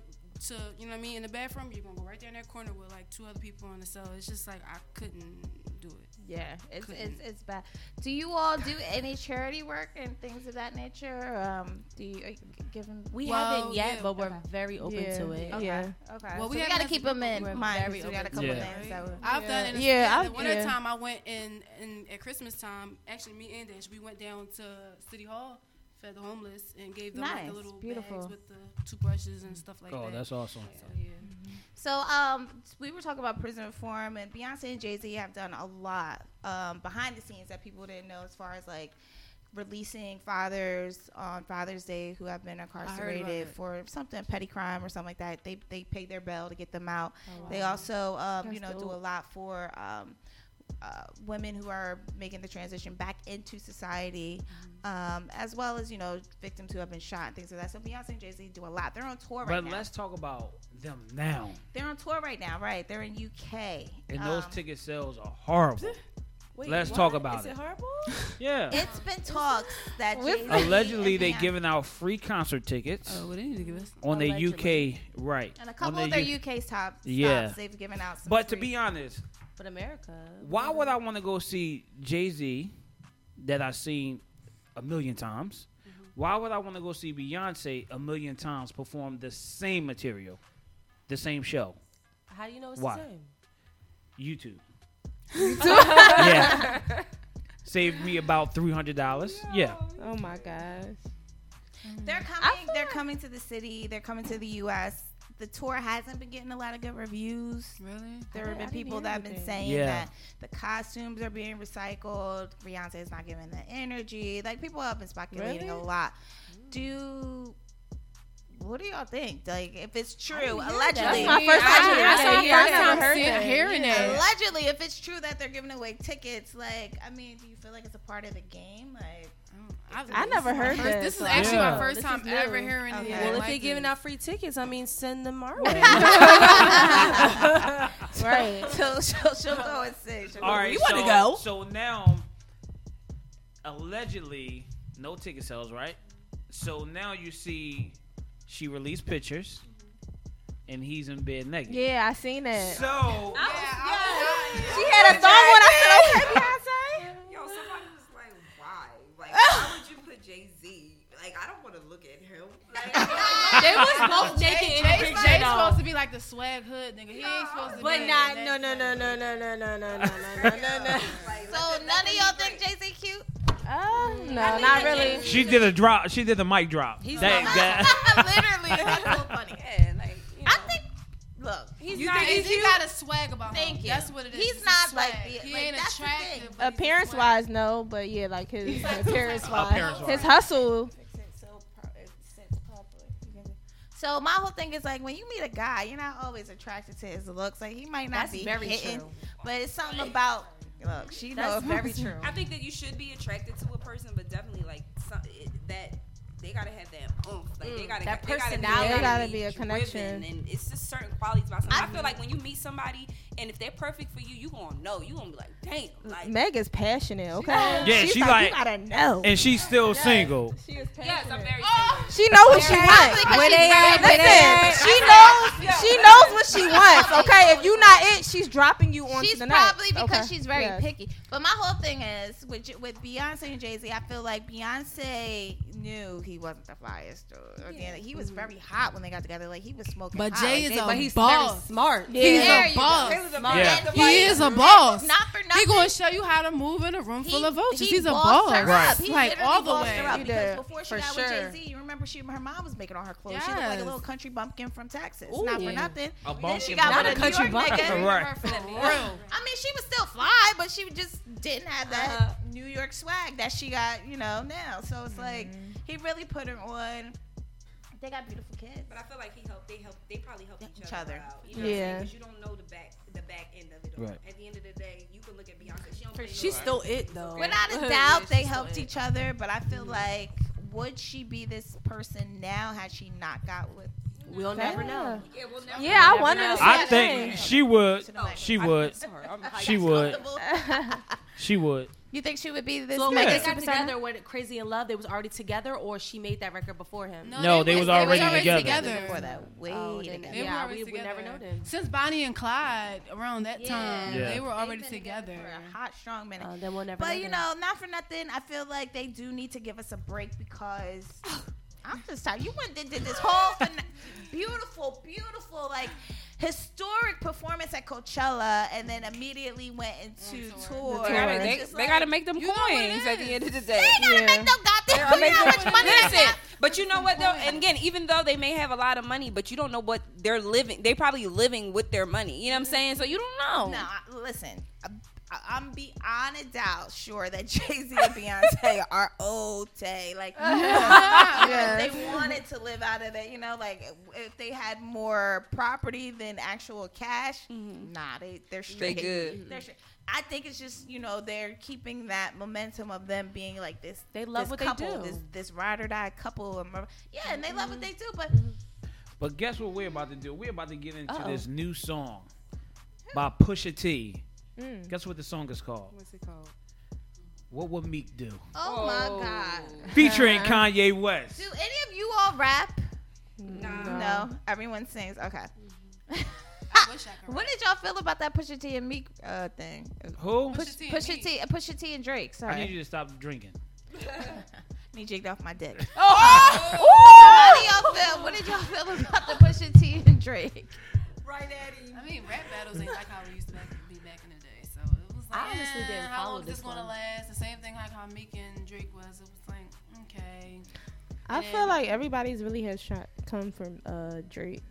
I: to, you know what I mean, in the bathroom, you're gonna go right there in that corner with like two other people in the cell. It's just like I couldn't do it.
A: Yeah, it's,
I: Couldn't.
A: it's it's bad. Do you all do any charity work and things of that nature? Um, do you are you given?
E: We haven't yet, but we're very open to it.
A: Okay.
E: Yeah.
A: Okay.
E: Well,
A: Well,
E: we
A: we, got
E: haven't
A: to keep
E: been
A: them in
E: open.
A: mind.
E: We're
A: 'cause We
E: very
A: got a
E: open
A: couple
E: to it.
A: things that we.
I: I've done it. In
E: Yeah,
I: yeah,
E: I've-
I: in the winter
E: yeah.
I: time, I went in, in at Christmas time. Actually, me and Dash, we went down to City Hall, fed the homeless, and gave them like,
A: Nice,
I: the little
A: beautiful.
I: bags with the toothbrushes and stuff like
D: Oh,
I: that.
D: that's awesome.
I: So, yeah.
A: So um, we were talking about prison reform, and Beyonce and Jay Z have done a lot um, behind the scenes that people didn't know, as far as like releasing fathers on Father's Day who have been incarcerated
E: it.
A: for something petty crime or something like that. They they pay their bail to get them out.
E: Oh, wow.
A: They also um, you know
E: That's
A: do a
E: dope.
A: lot for. Um, uh, women who are making the transition back into society,
E: Mm-hmm.
A: um, as well as you know victims who have been shot and things like that. So Beyonce and Jay Z do a lot. They're on tour right
D: but
A: now.
D: let's talk about them now.
A: They're on tour right now, right? They're in UK.
D: And those
A: Um,
D: ticket sales are horrible. let's talk about it.
A: horrible?
D: [laughs] Yeah.
A: It's been talks that Jay-Z
D: Allegedly,
A: and
D: they
A: Beyonce-
D: giving out free concert tickets
I: Oh, well, they need to give us
D: on the
E: Allegedly.
D: UK right.
A: and a
D: on
A: couple
D: the
A: of their
D: U-
A: UK's top
D: Yeah.
A: stops they've given out. Some
D: But to be honest,
E: But America.
D: why would I want to go see Jay Z that I've seen a million times?
E: Mm-hmm.
D: Why would I want to go see Beyonce a million times perform the same material, the same show?
E: How do you know it's
D: Why?
E: the same? [laughs]
D: YouTube. yeah. Saved me about three hundred dollars. Yeah.
H: Oh my gosh.
A: they're coming. They're coming to the city. They're coming to the US. The tour hasn't been getting a lot of good reviews.
I: Really?
A: There have
E: I
A: been
E: didn't
A: people
E: hear
A: that have been
E: anything.
A: saying
E: Yeah.
A: that the costumes are being recycled. Beyonce is not giving the energy. Like people have been speculating a
E: Really?
A: lot. Do what do y'all think? Like if it's true,
E: hear
A: allegedly,
E: that. That's my first time hearing that. Yeah, I never heard that. Yeah.
A: Allegedly, if it's true that they're giving away tickets, like I mean, do you feel like it's a part of the game? Like
I: I've,
E: I never
I: this is my
E: heard
I: first-
E: that,
I: This is
E: so I
I: actually
E: don't
I: my
E: know.
I: first
E: This
I: time
E: is new.
I: ever hearing anything
E: Well, if
I: like
E: they're giving
I: this.
E: out free tickets, I mean, send them our
H: [laughs]
E: way. [laughs]
A: right? So she'll, she'll
E: Oh,
A: go and [laughs] see. She'll
D: All
A: go-
D: right.
A: wanna
D: so, So now, allegedly, no ticket sales, right? So now you see, she released pictures, and he's in bed naked.
H: [laughs] Yeah, I seen that.
D: So
H: she had a thong on. I said, okay,
G: Yo, somebody was like, why? Like, why would you put Jay Z? Like, I don't want to look at him. Like,
I: They was both naked in the picture. Jay's
E: though.
I: supposed to be like the swag hood nigga. He ain't supposed to
E: But
I: be.
E: not, no, no,
I: [laughs]
E: no, no, no, no, no, no, no,
H: Uh,
E: no, no, no.
A: So none of y'all think Jay Z cute?
H: Oh, no, not
D: [laughs]
H: really.
D: she did a drop. She did a mic drop.
A: He's
D: That-
A: not-
D: that-
A: [laughs] Literally,
D: [laughs]
A: that's so funny.
G: Yeah, like, you know.
A: I think. Look,
I: He's
D: You
I: not.
D: think he's
I: he
D: cute?
I: got a swag about him.
A: Thank you.
I: That's what it is.
A: He's
I: It's a
A: not
I: swag.
A: like the-
I: he
A: like,
I: ain't
A: that's the
I: attractive.
A: thing.
I: but he's a
H: Appearance
I: swag.
H: wise, no, but yeah, like his appearance wise,
D: Appearance-wise.
H: his hustle.
A: So my whole thing is like when you meet a guy, you're not always attracted to his looks. Like he might not
E: That's
A: be
E: very
A: hitting,
E: true.
A: but it's something about look. She
E: That's
A: knows
E: very true.
G: I think that you should be attracted to a person, but definitely like some, it, that they gotta have that oomph. Like they
E: Mm,
G: gotta
E: that
G: they gotta be-
E: personality.
G: they
E: There
H: gotta be a
G: driven,
H: connection.
G: and it's just certain qualities about somebody. I, feel like when you meet somebody, and if they're perfect for you, you gonna know. You gonna be like, damn, like
H: Meg is passionate, okay?
D: Yeah,
H: She's
D: she
H: like,
D: like-
H: you gotta know.
D: and she's still single.
H: She is passionate.
G: yes, I'm very.
H: She knows what she
E: Very
H: wants.
E: passionate. Where they at, where they at?
H: Listen, she knows. She knows what she wants. Okay, if you not it, she's dropping you on
A: she's
H: to the next.
A: probably because
H: Okay.
A: she's very
H: Yes.
A: picky. But my whole thing is with J- with Beyonce and Jay Z. I feel like Beyonce knew he wasn't the flyest dude. Or the- He was very hot when they got together. Like he was smoking.
I: But
A: hot.
I: Jay
A: Like,
I: is
A: they-
I: a
A: but he's
I: boss.
A: Very smart.
I: He's
A: There
I: a
A: you go.
I: boss.
A: He was a
D: Yeah.
A: boss.
I: He is a boss.
A: Not for
I: He
A: nothing.
I: gonna show you how to move in a room full of vultures.
A: he
I: He's a
A: bossed
I: boss.
A: her up. He
I: like
A: literally
I: all the
A: bossed
I: way.
A: her up because before she
I: For
A: got
I: sure.
A: with Jay Z, you remember she her mom was making all her clothes. She looked like a
I: Yes.
A: little country bumpkin from Texas.
I: Ooh.
A: Not
I: Yeah.
A: for nothing. then
I: A
A: she
I: bumpkin.
A: got
I: Not
A: with
I: a
A: a
I: country
A: New York
I: bumpkin.
A: nigga.
I: Right. For real.
A: I mean, she was still fly, but she just didn't have that
E: Uh-huh.
A: New York swag that she got, you know, now. So
E: Mm-hmm.
A: it's like he really put her on. They got beautiful kids.
G: But I feel like he helped. They helped. They probably helped each,
A: Each
G: other.
A: other.
G: Out, you know what I'm saying?
A: Yeah.
G: 'Cause you don't know the back, the back end of it. All.
A: Right.
G: At the end of the day, you can look at Beyonce. She don't play no
E: She's
G: role.
E: still it, though.
A: Without a
E: [laughs] Yeah, she's
A: doubt,
E: Mm-hmm.
A: they
E: still
A: helped
E: it.
A: each other. But I feel like, would she be this person now had she not got with?
E: We'll never know.
G: Yeah, we'll never
E: Yeah,
A: know.
E: I wonder to see
D: I
E: that
D: think
E: thing.
D: she would.
A: Oh,
D: She
A: I'm
D: would.
A: sorry. I'm
D: She
A: like
D: would.
E: [laughs]
A: comfortable.
D: She would.
A: you think she would be this?
E: So
D: Yeah.
E: when they got
A: superstar?
E: together when Crazy in Love, they was already together, or she made that record before him.
D: No, No, they they was- was they was already already together. together.
A: before that? Way
E: Oh,
A: together.
I: They
E: Yeah,
I: were already
E: we would
I: together.
E: never know them.
I: Since Bonnie and Clyde around that time,
D: Yeah.
I: they were
A: They've
I: already
A: been
I: together.
A: for a hot, strong minute.
E: Uh, then we'll never.
A: But
E: know
A: you
E: them.
A: know, not for nothing. I feel like they do need to give us a break
G: [sighs]
A: because
G: Oh.
A: I'm just tired. You went and did this whole phen- beautiful, beautiful, like historic performance at Coachella, and then immediately went into tour.
G: They gotta-
A: It's
G: they-
A: just
G: they
A: like-
G: gotta make them coins at the end of the day.
A: They gotta make them goddamn.
G: I mean,
A: you know how much money they
G: listen,
A: got?
G: But you know what though? And again, even though they may have a lot of money, but you don't know what they're living. They probably living with their money. You know what I'm saying? So you don't know.
A: No, I- listen. I- I'm beyond a doubt sure that [laughs] Jay Z and Beyonce are old Tay. Like,
E: [laughs]
A: you know,
H: Yes.
A: if they wanted to live out of it, you know, like if they had more property than actual cash,
E: Mm-hmm.
A: nah, they, they're straight.
G: good.
A: are straight. I think it's just, you know, they're keeping that momentum of them being like this.
E: They love
A: this
E: what they
A: couple,
E: do. Mm-hmm.
A: This, this ride or die couple. and mer- Yeah, and they love what they do, but
D: But guess what we're about to do? We're about to get into
A: Uh-oh.
D: this new song by Pusha T. Guess what the song is called?
E: What's it called?
D: What would Meek do?
A: oh, my God.
D: Featuring Kanye West.
A: Do any of you all rap? No. Everyone sings. Okay. [laughs] what did y'all feel about that Pusha T and Meek uh, thing?
D: Who?
A: Push,
I: Pusha T and
A: Pusha T, uh, Pusha T and Drake. Sorry,
D: I need you to stop drinking.
A: need jigged off my
D: [laughs]
A: dick. Oh! How do y'all feel? What did y'all feel about the Pusha T and Drake?
G: Right at him.
I: I mean, rap battles ain't like how we used to back, be back in the day. So it was like,
E: I honestly
I: eh,
E: didn't
I: how
E: follow
I: long is this
E: this
I: going to
E: one.
I: last? The same thing like how Meek and Drake was. It was like, okay.
H: I
I: And
H: feel like everybody's really has shot come from uh, Drake.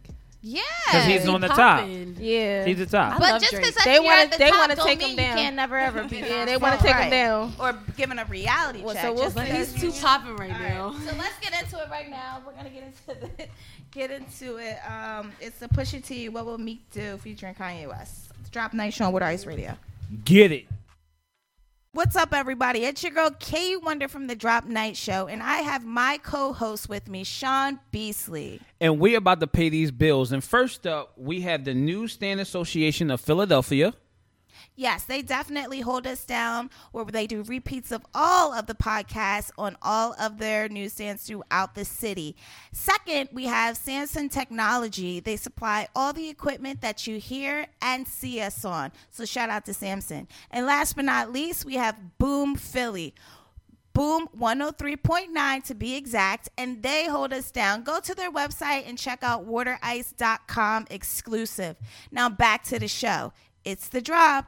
A: Yeah,
D: Because he's on the top.
H: Yeah,
D: He's the top.
A: But just because
H: they
A: want to
H: they
A: want
H: wanna
A: to
H: take him down.
A: you can never ever
H: [laughs]
A: be.
H: yeah, they want to take him down.
A: or given a reality
H: Well,
A: check.
H: so we'll
A: just
H: see.
A: because
H: He's
A: you
H: too
E: popping right
A: All right, So let's get into it right now. We're gonna get into the [laughs] get into it. Um, it's the Pusha T. What will Meek do? Featuring Kanye West. Drop night show on Water Ice Radio.
D: Get it.
A: What's up, everybody? It's your girl Kay Wonder from the Drop Night Show, and I have my co-host with me, Sean Beasley.
D: And we're about to pay these bills. And first up, we have the Newsstand Association of Philadelphia.
A: Yes, they definitely hold us down where they do repeats of all of the podcasts on all of their newsstands throughout the city. Second, we have Samson Technology. They supply all the equipment that you hear and see us on. So shout out to Samson. And last but not least, we have Boom Philly. Boom 103.9 to be exact, and they hold us down. Go to their website and check out waterice.com exclusive. Now back to the show. It's the drop.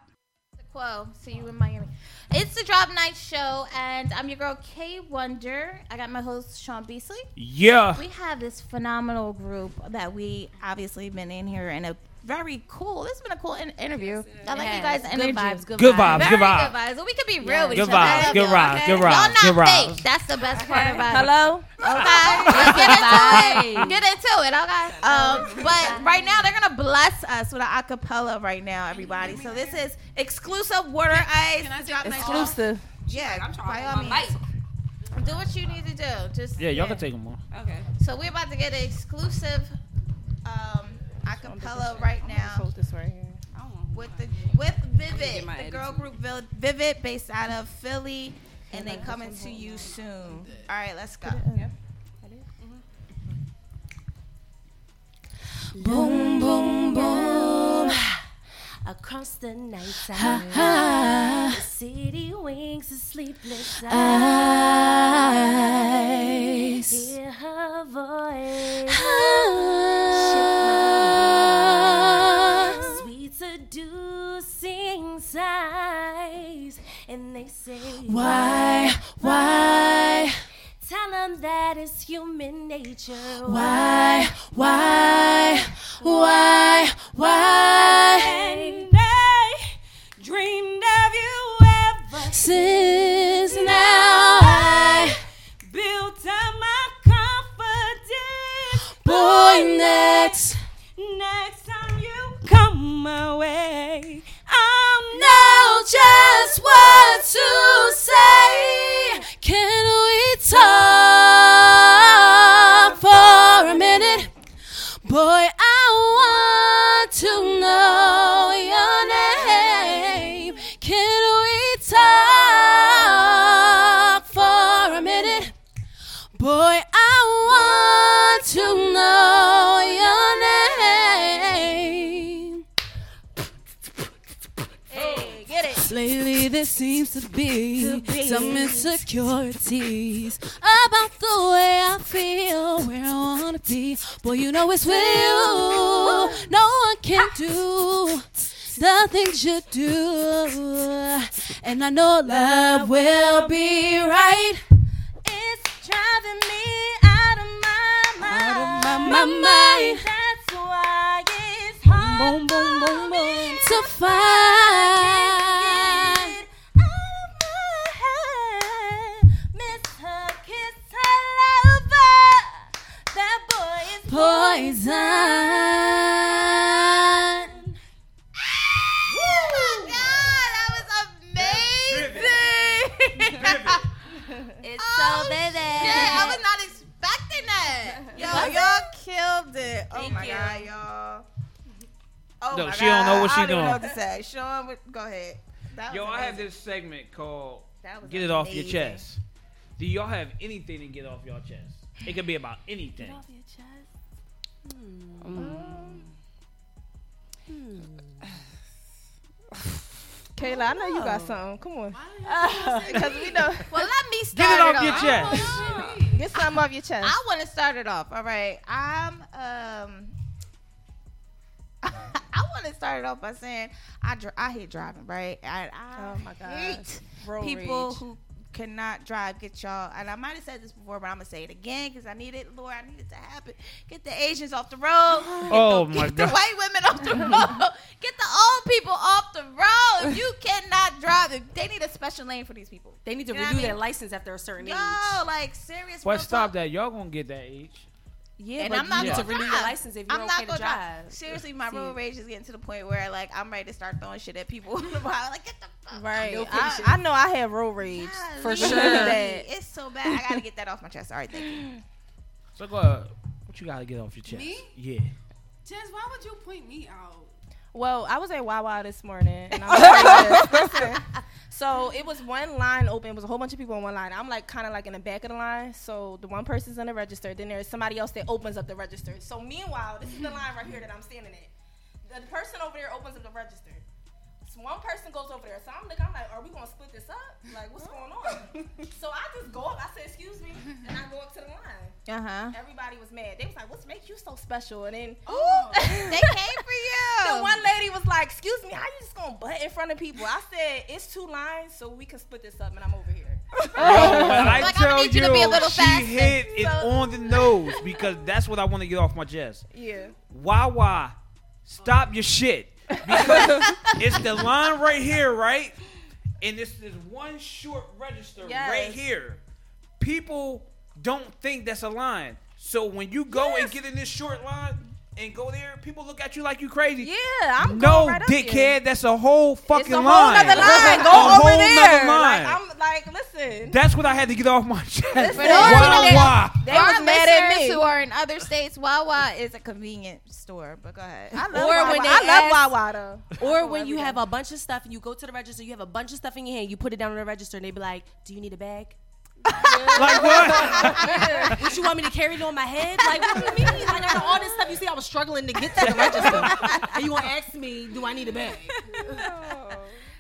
A: Quo, see you in Miami. It's the drop night show, and I'm your girl Kay Wonder. I got my host Sean Beasley.
D: Yeah.
A: We have this phenomenal group that we obviously been in here in a very cool. This has been a cool in- interview. I like you guys' energy.
E: Good vibes. Good,
D: Good vibes,
A: Very
D: good vibes.
A: good vibes. Well, we can be real with
D: Good
A: each other.
D: vibes, good vibes, good
A: Y'all not
D: vibes, good
A: fake.
D: vibes.
A: That's the best part about it.
E: Hello.
A: Okay, get into it. Get into it. Okay. Um, but right now they're gonna bless us with an acapella right now, everybody. So this is exclusive water ice.
I: Can I drop my
H: Exclusive.
A: Yeah,
G: I'm trying
A: by
G: to
A: all
G: hold my
A: means, do what you need to do. Just
D: Yeah, y'all can take them on.
G: Okay.
A: So we're about to get an exclusive um, acapella right now
H: Hold this right here.
G: I don't want
A: with the with Vivid,
G: my
A: the girl group Vil- Vivid, based out of Philly, and they coming to you soon. All right, let's go.
E: Boom, boom, boom. Across the night
A: [laughs] Uh-huh.
E: sky,
A: Uh-huh.
E: the city wings a sleepless eye.
G: they say
I: Why? Why?
G: Tell them that it's human nature.
I: Why? Why? Why? Why?
G: And they dreamed of you ever
I: Since now I
G: built up my confidence.
A: [gasps]
I: boy next.
G: Next time you come my way, I'm now just what to say.
I: Can we talk for a minute? Boy, I want to know your name. Can we talk for a minute? Boy, I want to know your name.
G: Get it.
I: Lately, there seems to be,
G: be.
I: some insecurities about the way I feel, where I wanna be. Boy, you know it's with you. No one can do the things you do, and I know love will be right.
G: It's driving me out of my mind.
I: my mind.
G: That's why it's hard
I: Boom, boom, boom, boom. To
G: I
I: find.
G: can't get out of my head. Miss her kiss, her lover. That boy is
A: Oh
I: poison.
A: my god, that was amazing.
G: It's
A: Oh,
G: so baby.
A: shit, I was not expecting [laughs] that. Yo,
G: Was
A: y'all killed it. Oh
G: Thank
A: my
G: you.
A: god, y'all. Oh
D: No,
A: my
D: she don't know
A: God,
D: what she
A: I don't even
D: doing.
A: know what to say. Sean, what- go ahead. That
M: Yo,
A: was
M: I have
A: amazing.
M: this segment called
A: That was
D: Get it off your
A: amazing.
D: chest. Do y'all have anything to get off your chest? It could be about anything.
H: Kayla, I know you got
E: Oh.
H: something. Come on. [laughs] Because we know.
A: Well, let me start.
H: Get it off
A: it
H: your
A: off.
H: chest. Get something off your chest.
A: I want to start it off. All right. I'm um [laughs] I want to start it off by saying I dr- I hate driving, right? I, I
H: Oh, my God.
A: hate
H: Road
A: people
H: rage.
A: who cannot drive. Get y'all, and I might have said this before, but I'm gonna say it again because I need it, Lord. I need it to happen. Get the Asians off the
H: [gasps]
A: road. Get
D: Oh,
A: the,
D: my
A: get the
D: God.
A: white women off the
H: [laughs]
A: road. Get the old people off the road. If you cannot drive, if- they need a special lane for these people.
N: They need
A: to
N: to
A: You know what I
N: renew
A: mean?
N: their license after a certain
A: Yo,
N: age.
A: like serious.
D: Well,
A: real
D: stop that. Y'all gonna get that age.
A: [laughs]
N: Yeah,
A: and
N: but
A: I'm not
N: you need
A: gonna
N: to renew your
A: drive.
N: license if you're
A: I'm
N: okay
A: not
N: to
A: gonna
N: drive.
A: Seriously, my
N: See.
A: road rage is getting to the point where like I'm ready to start throwing shit at people. [laughs] I'm like get the fuck.
H: Right.
A: No
H: I,
A: patience.
H: I know I have road rage.
A: Golly,
H: sure.
A: It's so bad. I gotta get that off my chest. All right, thank [gasps] you.
D: So go. Ahead. What you gotta get off your chest?
O: Me?
D: Yeah.
O: Jess, why would you point me out?
H: Well, I was at Wawa this morning, and I was
A: [laughs]
H: like, listen. So it was one line open. It was a whole bunch of people in one line. I'm like kind of like in the back of the line. So the one person's in the register. Then there's somebody else that opens up the register. So meanwhile, this is the line right here that I'm standing at. The person over there opens up the register. So one person goes over there. So I'm like, I'm like, are we gonna split this up? Like, what's going on? so I just go up. I say, excuse me, and I go up to the line.
A: Uh huh.
H: Everybody was mad. They was like, "What's make you so special?" And then
A: Oh,
N: [laughs]
A: they came for you. [laughs]
H: [laughs] The one lady was like, "Excuse me, how you just gonna butt in front of people?" I said, "It's two lines, so we can split this up." And I'm
N: [laughs]
H: over here.
D: Yo, when I
H: Like, I'm
D: tell
H: gonna
D: you,
H: need you to be a little
D: she
H: faster.
D: hit it
H: So-
D: on the nose because that's what I want to get off my chest.
H: Yeah.
D: Wawa, stop your shit because
H: [laughs]
D: it's the line right here, right? And it's this one short register right
M: Yes.
D: here. People don't think that's a line, so when you go and get in this short line and go there, people look at you like you crazy. Yeah,
H: I'm
D: no
H: going right up
D: dickhead.
H: there.
D: That's a whole fucking
H: It's a whole
D: line.
H: nother line. Go
D: [laughs] A
H: over
D: whole
H: there.
D: nother line.
H: Like, I'm like, listen.
D: That's what I had to get off my chest.
H: Listen, Wawa.
D: Why?
H: They
A: For
H: was
A: our
H: mad at
A: listeners
H: me.
A: who are in other states, Wawa is a convenience store. But go ahead.
H: I
N: love Or Wawa. when they
H: I love
N: ask-
H: Wawa though.
N: Or when you have a bunch of stuff and you go to the register, you have a bunch of stuff in your hand, you put it down on the register, and they be like, "Do you need a bag?
H: [laughs]
D: like what?
N: Would you want me to carry it on my head? Like what do you mean? Like out of all this stuff, you see, I was struggling to get
H: [laughs]
N: to the register, and you want to ask me, "Do I need a bag?"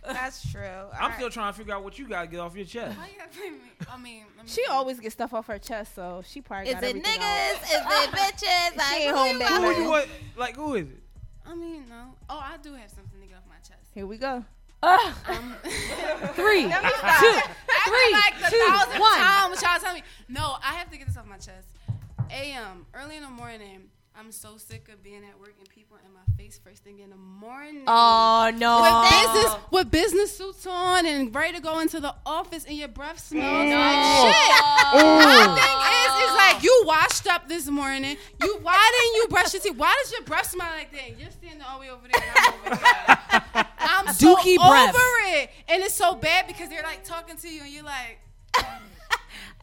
A: That's true.
D: I'm still trying to figure out what you gotta get off your chest.
O: Why you
I: [laughs]
O: gotta point me? I mean, let me
H: She always gets stuff off her chest, so she probably
A: Is
H: got
A: it
H: everything
A: niggas?
H: out.
A: Is [laughs] it bitches? Like,
H: ain't
A: who
H: home
A: you
H: that
A: out
D: Who
A: with?
D: you want? Like who is it?
O: I mean, no. Oh, I do have something to get off my chest.
H: Here we go.
L: Three,
I: Let me stop.
L: two,
I: After
L: three,
I: like the
L: two,
I: thousandth
L: one.
I: time with y'all telling me, no, I have to get this off my chest. A.M. early in the morning. I'm so sick of being at work and people in my face first thing in the morning.
L: Oh, no.
I: With business, with business suits on and ready to go into the office and your breath smells
L: No.
I: like shit.
L: Oh.
I: My thing is, is like you washed up this morning. You why didn't you brush your teeth? Why does your breath smell like that? And You're standing all the way over there. And I'm over here. I'm so
L: [laughs] Dookie
I: over
L: breath.
I: it, and it's so bad because they're like talking to you and you're like.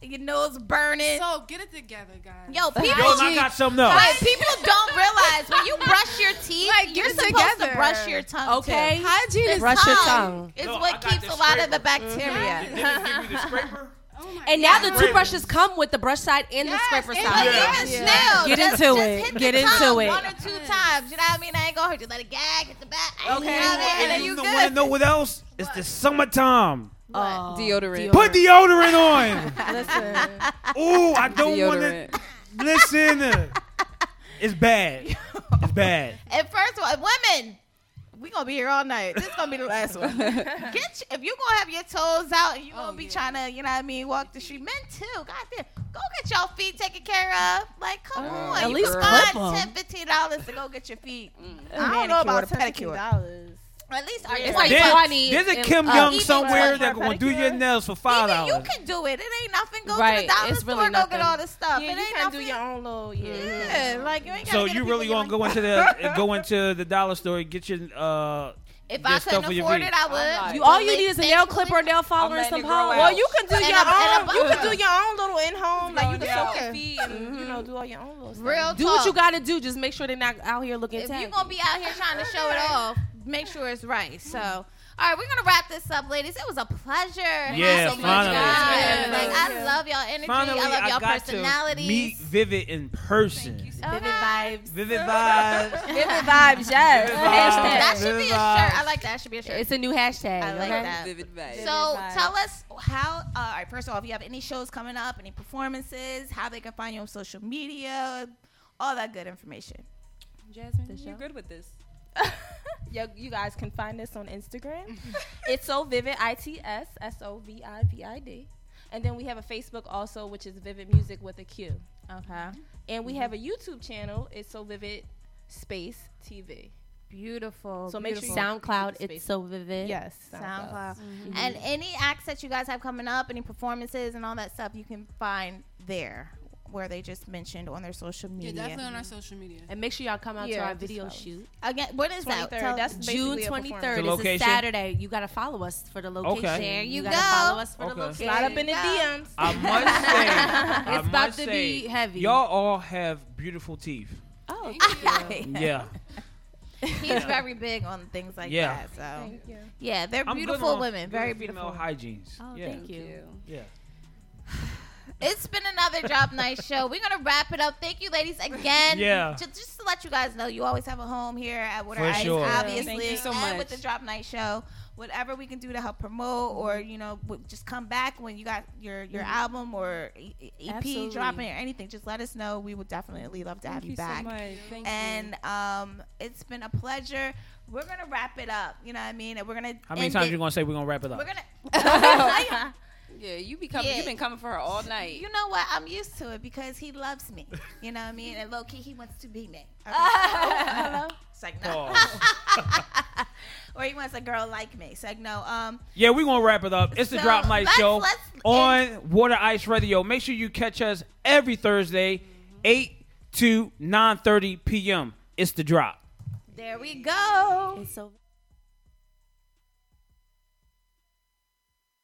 A: Your nose burning.
I: So get it together, guys.
A: Yo, people.
D: Yo, I got something else.
A: Like, people don't realize when you brush your teeth,
I: Like,
A: you're
I: get it
A: supposed
I: together.
A: to brush your tongue.
I: Okay.
A: too.
I: Hygiene
A: The
I: is Brush your tongue.
A: Um, It's
I: No, I
A: what
I: got
A: keeps
I: the
A: a lot of
I: scraper.
A: the bacteria.
I: Mhm. They didn't give you
A: [laughs]
I: the scraper?
L: And now the
I: God.
L: two brushes come with the brush side and the scraper
A: and
L: side.
A: like, even still,
L: Get
A: just-
L: into
A: just
L: it.
A: hit the
L: Get
A: tongue
L: into it.
A: One or two times. You know what I mean? I ain't gonna hurt you. Let it gag. Hit the back. You know what I mean?
D: And
A: And
D: you
A: you
D: don't want to
A: good.
D: know what else? It's the summertime.
L: Oh, deodorant.
D: Put deodorant
A: [laughs]
D: on.
L: Listen.
D: Ooh, I don't want to.
A: [laughs]
D: Listen, it's bad. It's bad.
A: And first of all, women, we gonna be here all night. This is gonna be the last
L: [laughs]
A: one. Get your, if you gonna have your toes out and you
L: Oh,
A: gonna be trying to, you know what I mean, walk the street. Men too. Goddamn, go get your feet taken care of. Like, come on,
L: Uh, at
A: you
L: least
A: can
L: clip
A: find
L: 'em. Mm.
A: ten, fifteen dollars to go get your feet. I don't
H: Manicure
A: know
H: or
A: about
H: pedicure.
A: pedicure. Dollars. At least are
L: It's like
D: There-
L: twenty.
D: There's a
L: and
D: Kim
A: uh,
L: up.
D: Young
L: Even
D: somewhere
L: twenty.
D: that gonna do your nails for five
A: you
D: dollars.
A: can do it. It ain't nothing. Go to
L: Right,
A: the dollar
L: it's
A: store.
L: really
A: Go
L: nothing.
A: get all this stuff.
H: Yeah,
A: it
H: you
A: ain't Mm-hmm.
H: can
A: nothing.
H: do your own little. Yeah.
A: yeah, like you ain't.
D: So
A: gotta get
D: you
A: a
D: really
A: people
D: gonna go into the uh, go into the dollar store and get your uh
A: [laughs] If
D: your
A: I
D: stuff for
A: couldn't
D: your
A: afford
D: feet.
A: it, I would.
L: You all you need is a nail clipper, a nail follower, and
G: letting
L: some
G: it grow
L: polish.
G: out.
H: Well, you can do
A: And
H: your
A: a- and a
H: own. You
A: bun.
H: can do your own little in home.
A: Oh,
H: Like you can
G: Yeah.
H: soak your
G: Feet
H: feet and
G: and-
H: you know
A: Mm-hmm.
H: do all your own little stuff.
A: Real
L: Do what
A: talk.
L: you gotta do. Just make sure they're not out here looking.
A: if
L: tacky.
A: you're gonna be out here trying to show it off, make sure it's right. So, all right, we're gonna wrap this up, ladies. It was a pleasure.
D: Yeah,
A: having you
D: finally.
A: guys.
L: Yeah.
A: Like I love y'all energy.
D: Finally,
A: I love
D: I
A: y'all
D: got to
A: personalities.
D: meet Vivid in person.
A: Okay.
D: Vivid
A: [laughs]
D: vibes.
L: Vivid vibes, yes.
D: Vivid
L: Hashtag.
A: That should be a
D: Vivid
A: shirt.
D: vibes.
A: I like that. That should be a shirt.
L: It's a new hashtag.
A: I like
L: okay?
A: that.
G: Vivid vibes.
A: So tell us how. Uh, all right, first of all, if you have any shows coming up, any performances, how they can find you on social media, all that good information.
G: Jasmine, you're good with this.
H: [laughs] Yo, you guys can find us on Instagram. it's so vivid. I T S S O V I V I D. And then we have a Facebook also, which is Vivid Music with a Q.
A: Okay.
H: And we have a YouTube channel. It's so vivid space TV.
L: Beautiful.
H: So make sure
L: beautiful.
H: you-
L: SoundCloud.
H: Space.
L: It's so vivid.
H: Yes,
A: SoundCloud. And any acts that you guys have coming up, any performances and all that stuff, you can find there where they just mentioned on their social
I: Yeah,
A: media.
I: definitely on our social media.
L: And make sure y'all come out to
H: Yeah,
L: our
H: just
L: video
H: follow.
L: shoot.
A: Again, what is that?
H: 23rd,
A: Tell- [laughs]
H: that's-
L: June
H: basically a
L: twenty
H: performance.
D: The
L: third. It's a
D: location?
L: Saturday. You gotta follow us for the location.
D: There
A: you
L: gotta
A: go.
L: follow us for
D: Okay.
L: the location.
H: Slide up in the DMs.
D: I must
A: [laughs]
D: say, I
L: It's about
D: must
L: to
D: say,
L: be heavy.
D: Y'all all have beautiful teeth.
H: Oh,
A: [laughs]
D: Yeah,
A: He's very big on things like
D: Yeah.
A: that. So
H: thank you.
A: yeah, they're
D: I'm good
A: beautiful
D: on
A: women,
D: good
A: very
D: female
A: beautiful.
D: hygienes.
L: Oh,
D: yeah,
L: thank you.
D: yeah.
A: It's been another Drop Night show. We're gonna wrap it up. Thank you, ladies, again.
D: Yeah.
A: Ju- Just, to let you guys know, you always have a home here at Water
D: For
A: Ice,
D: sure. Yeah.
A: obviously,
G: Thank you so
A: and
G: much.
A: with the Drop Night show. Whatever we can do to help promote, or you know, w- just come back when you got your your
G: Mm-hmm.
A: album or E- E- EP
L: Absolutely.
A: dropping or anything. Just let us know. We would definitely love to have
G: Thank you
A: back.
G: so much. Thank
A: And um, it's been a pleasure. We're gonna wrap it up. You know what I mean? And we're gonna.
D: How many
A: end
D: times
A: it.
D: you gonna say we're gonna wrap it up?
A: We're
G: [laughs]
A: [laughs] gonna.
G: you. Yeah, you be coming.
A: Yeah.
G: You've been coming for her all night.
A: You know what? I'm used to it because he loves me. You know what I mean? And low key, he wants to be me. Okay. [laughs] Oh, hello? It's like, no.
D: Pause.
A: [laughs] or he wants a girl like me. It's like, no. Um,
D: Yeah, we're gonna wrap it up. It's the
A: So,
D: Drop Night
A: let's-
D: Show
A: let's
D: on Water Ice Radio. Make sure you catch us every Thursday, eight to nine thirty p.m. It's the drop.
A: there we go.
L: It's so.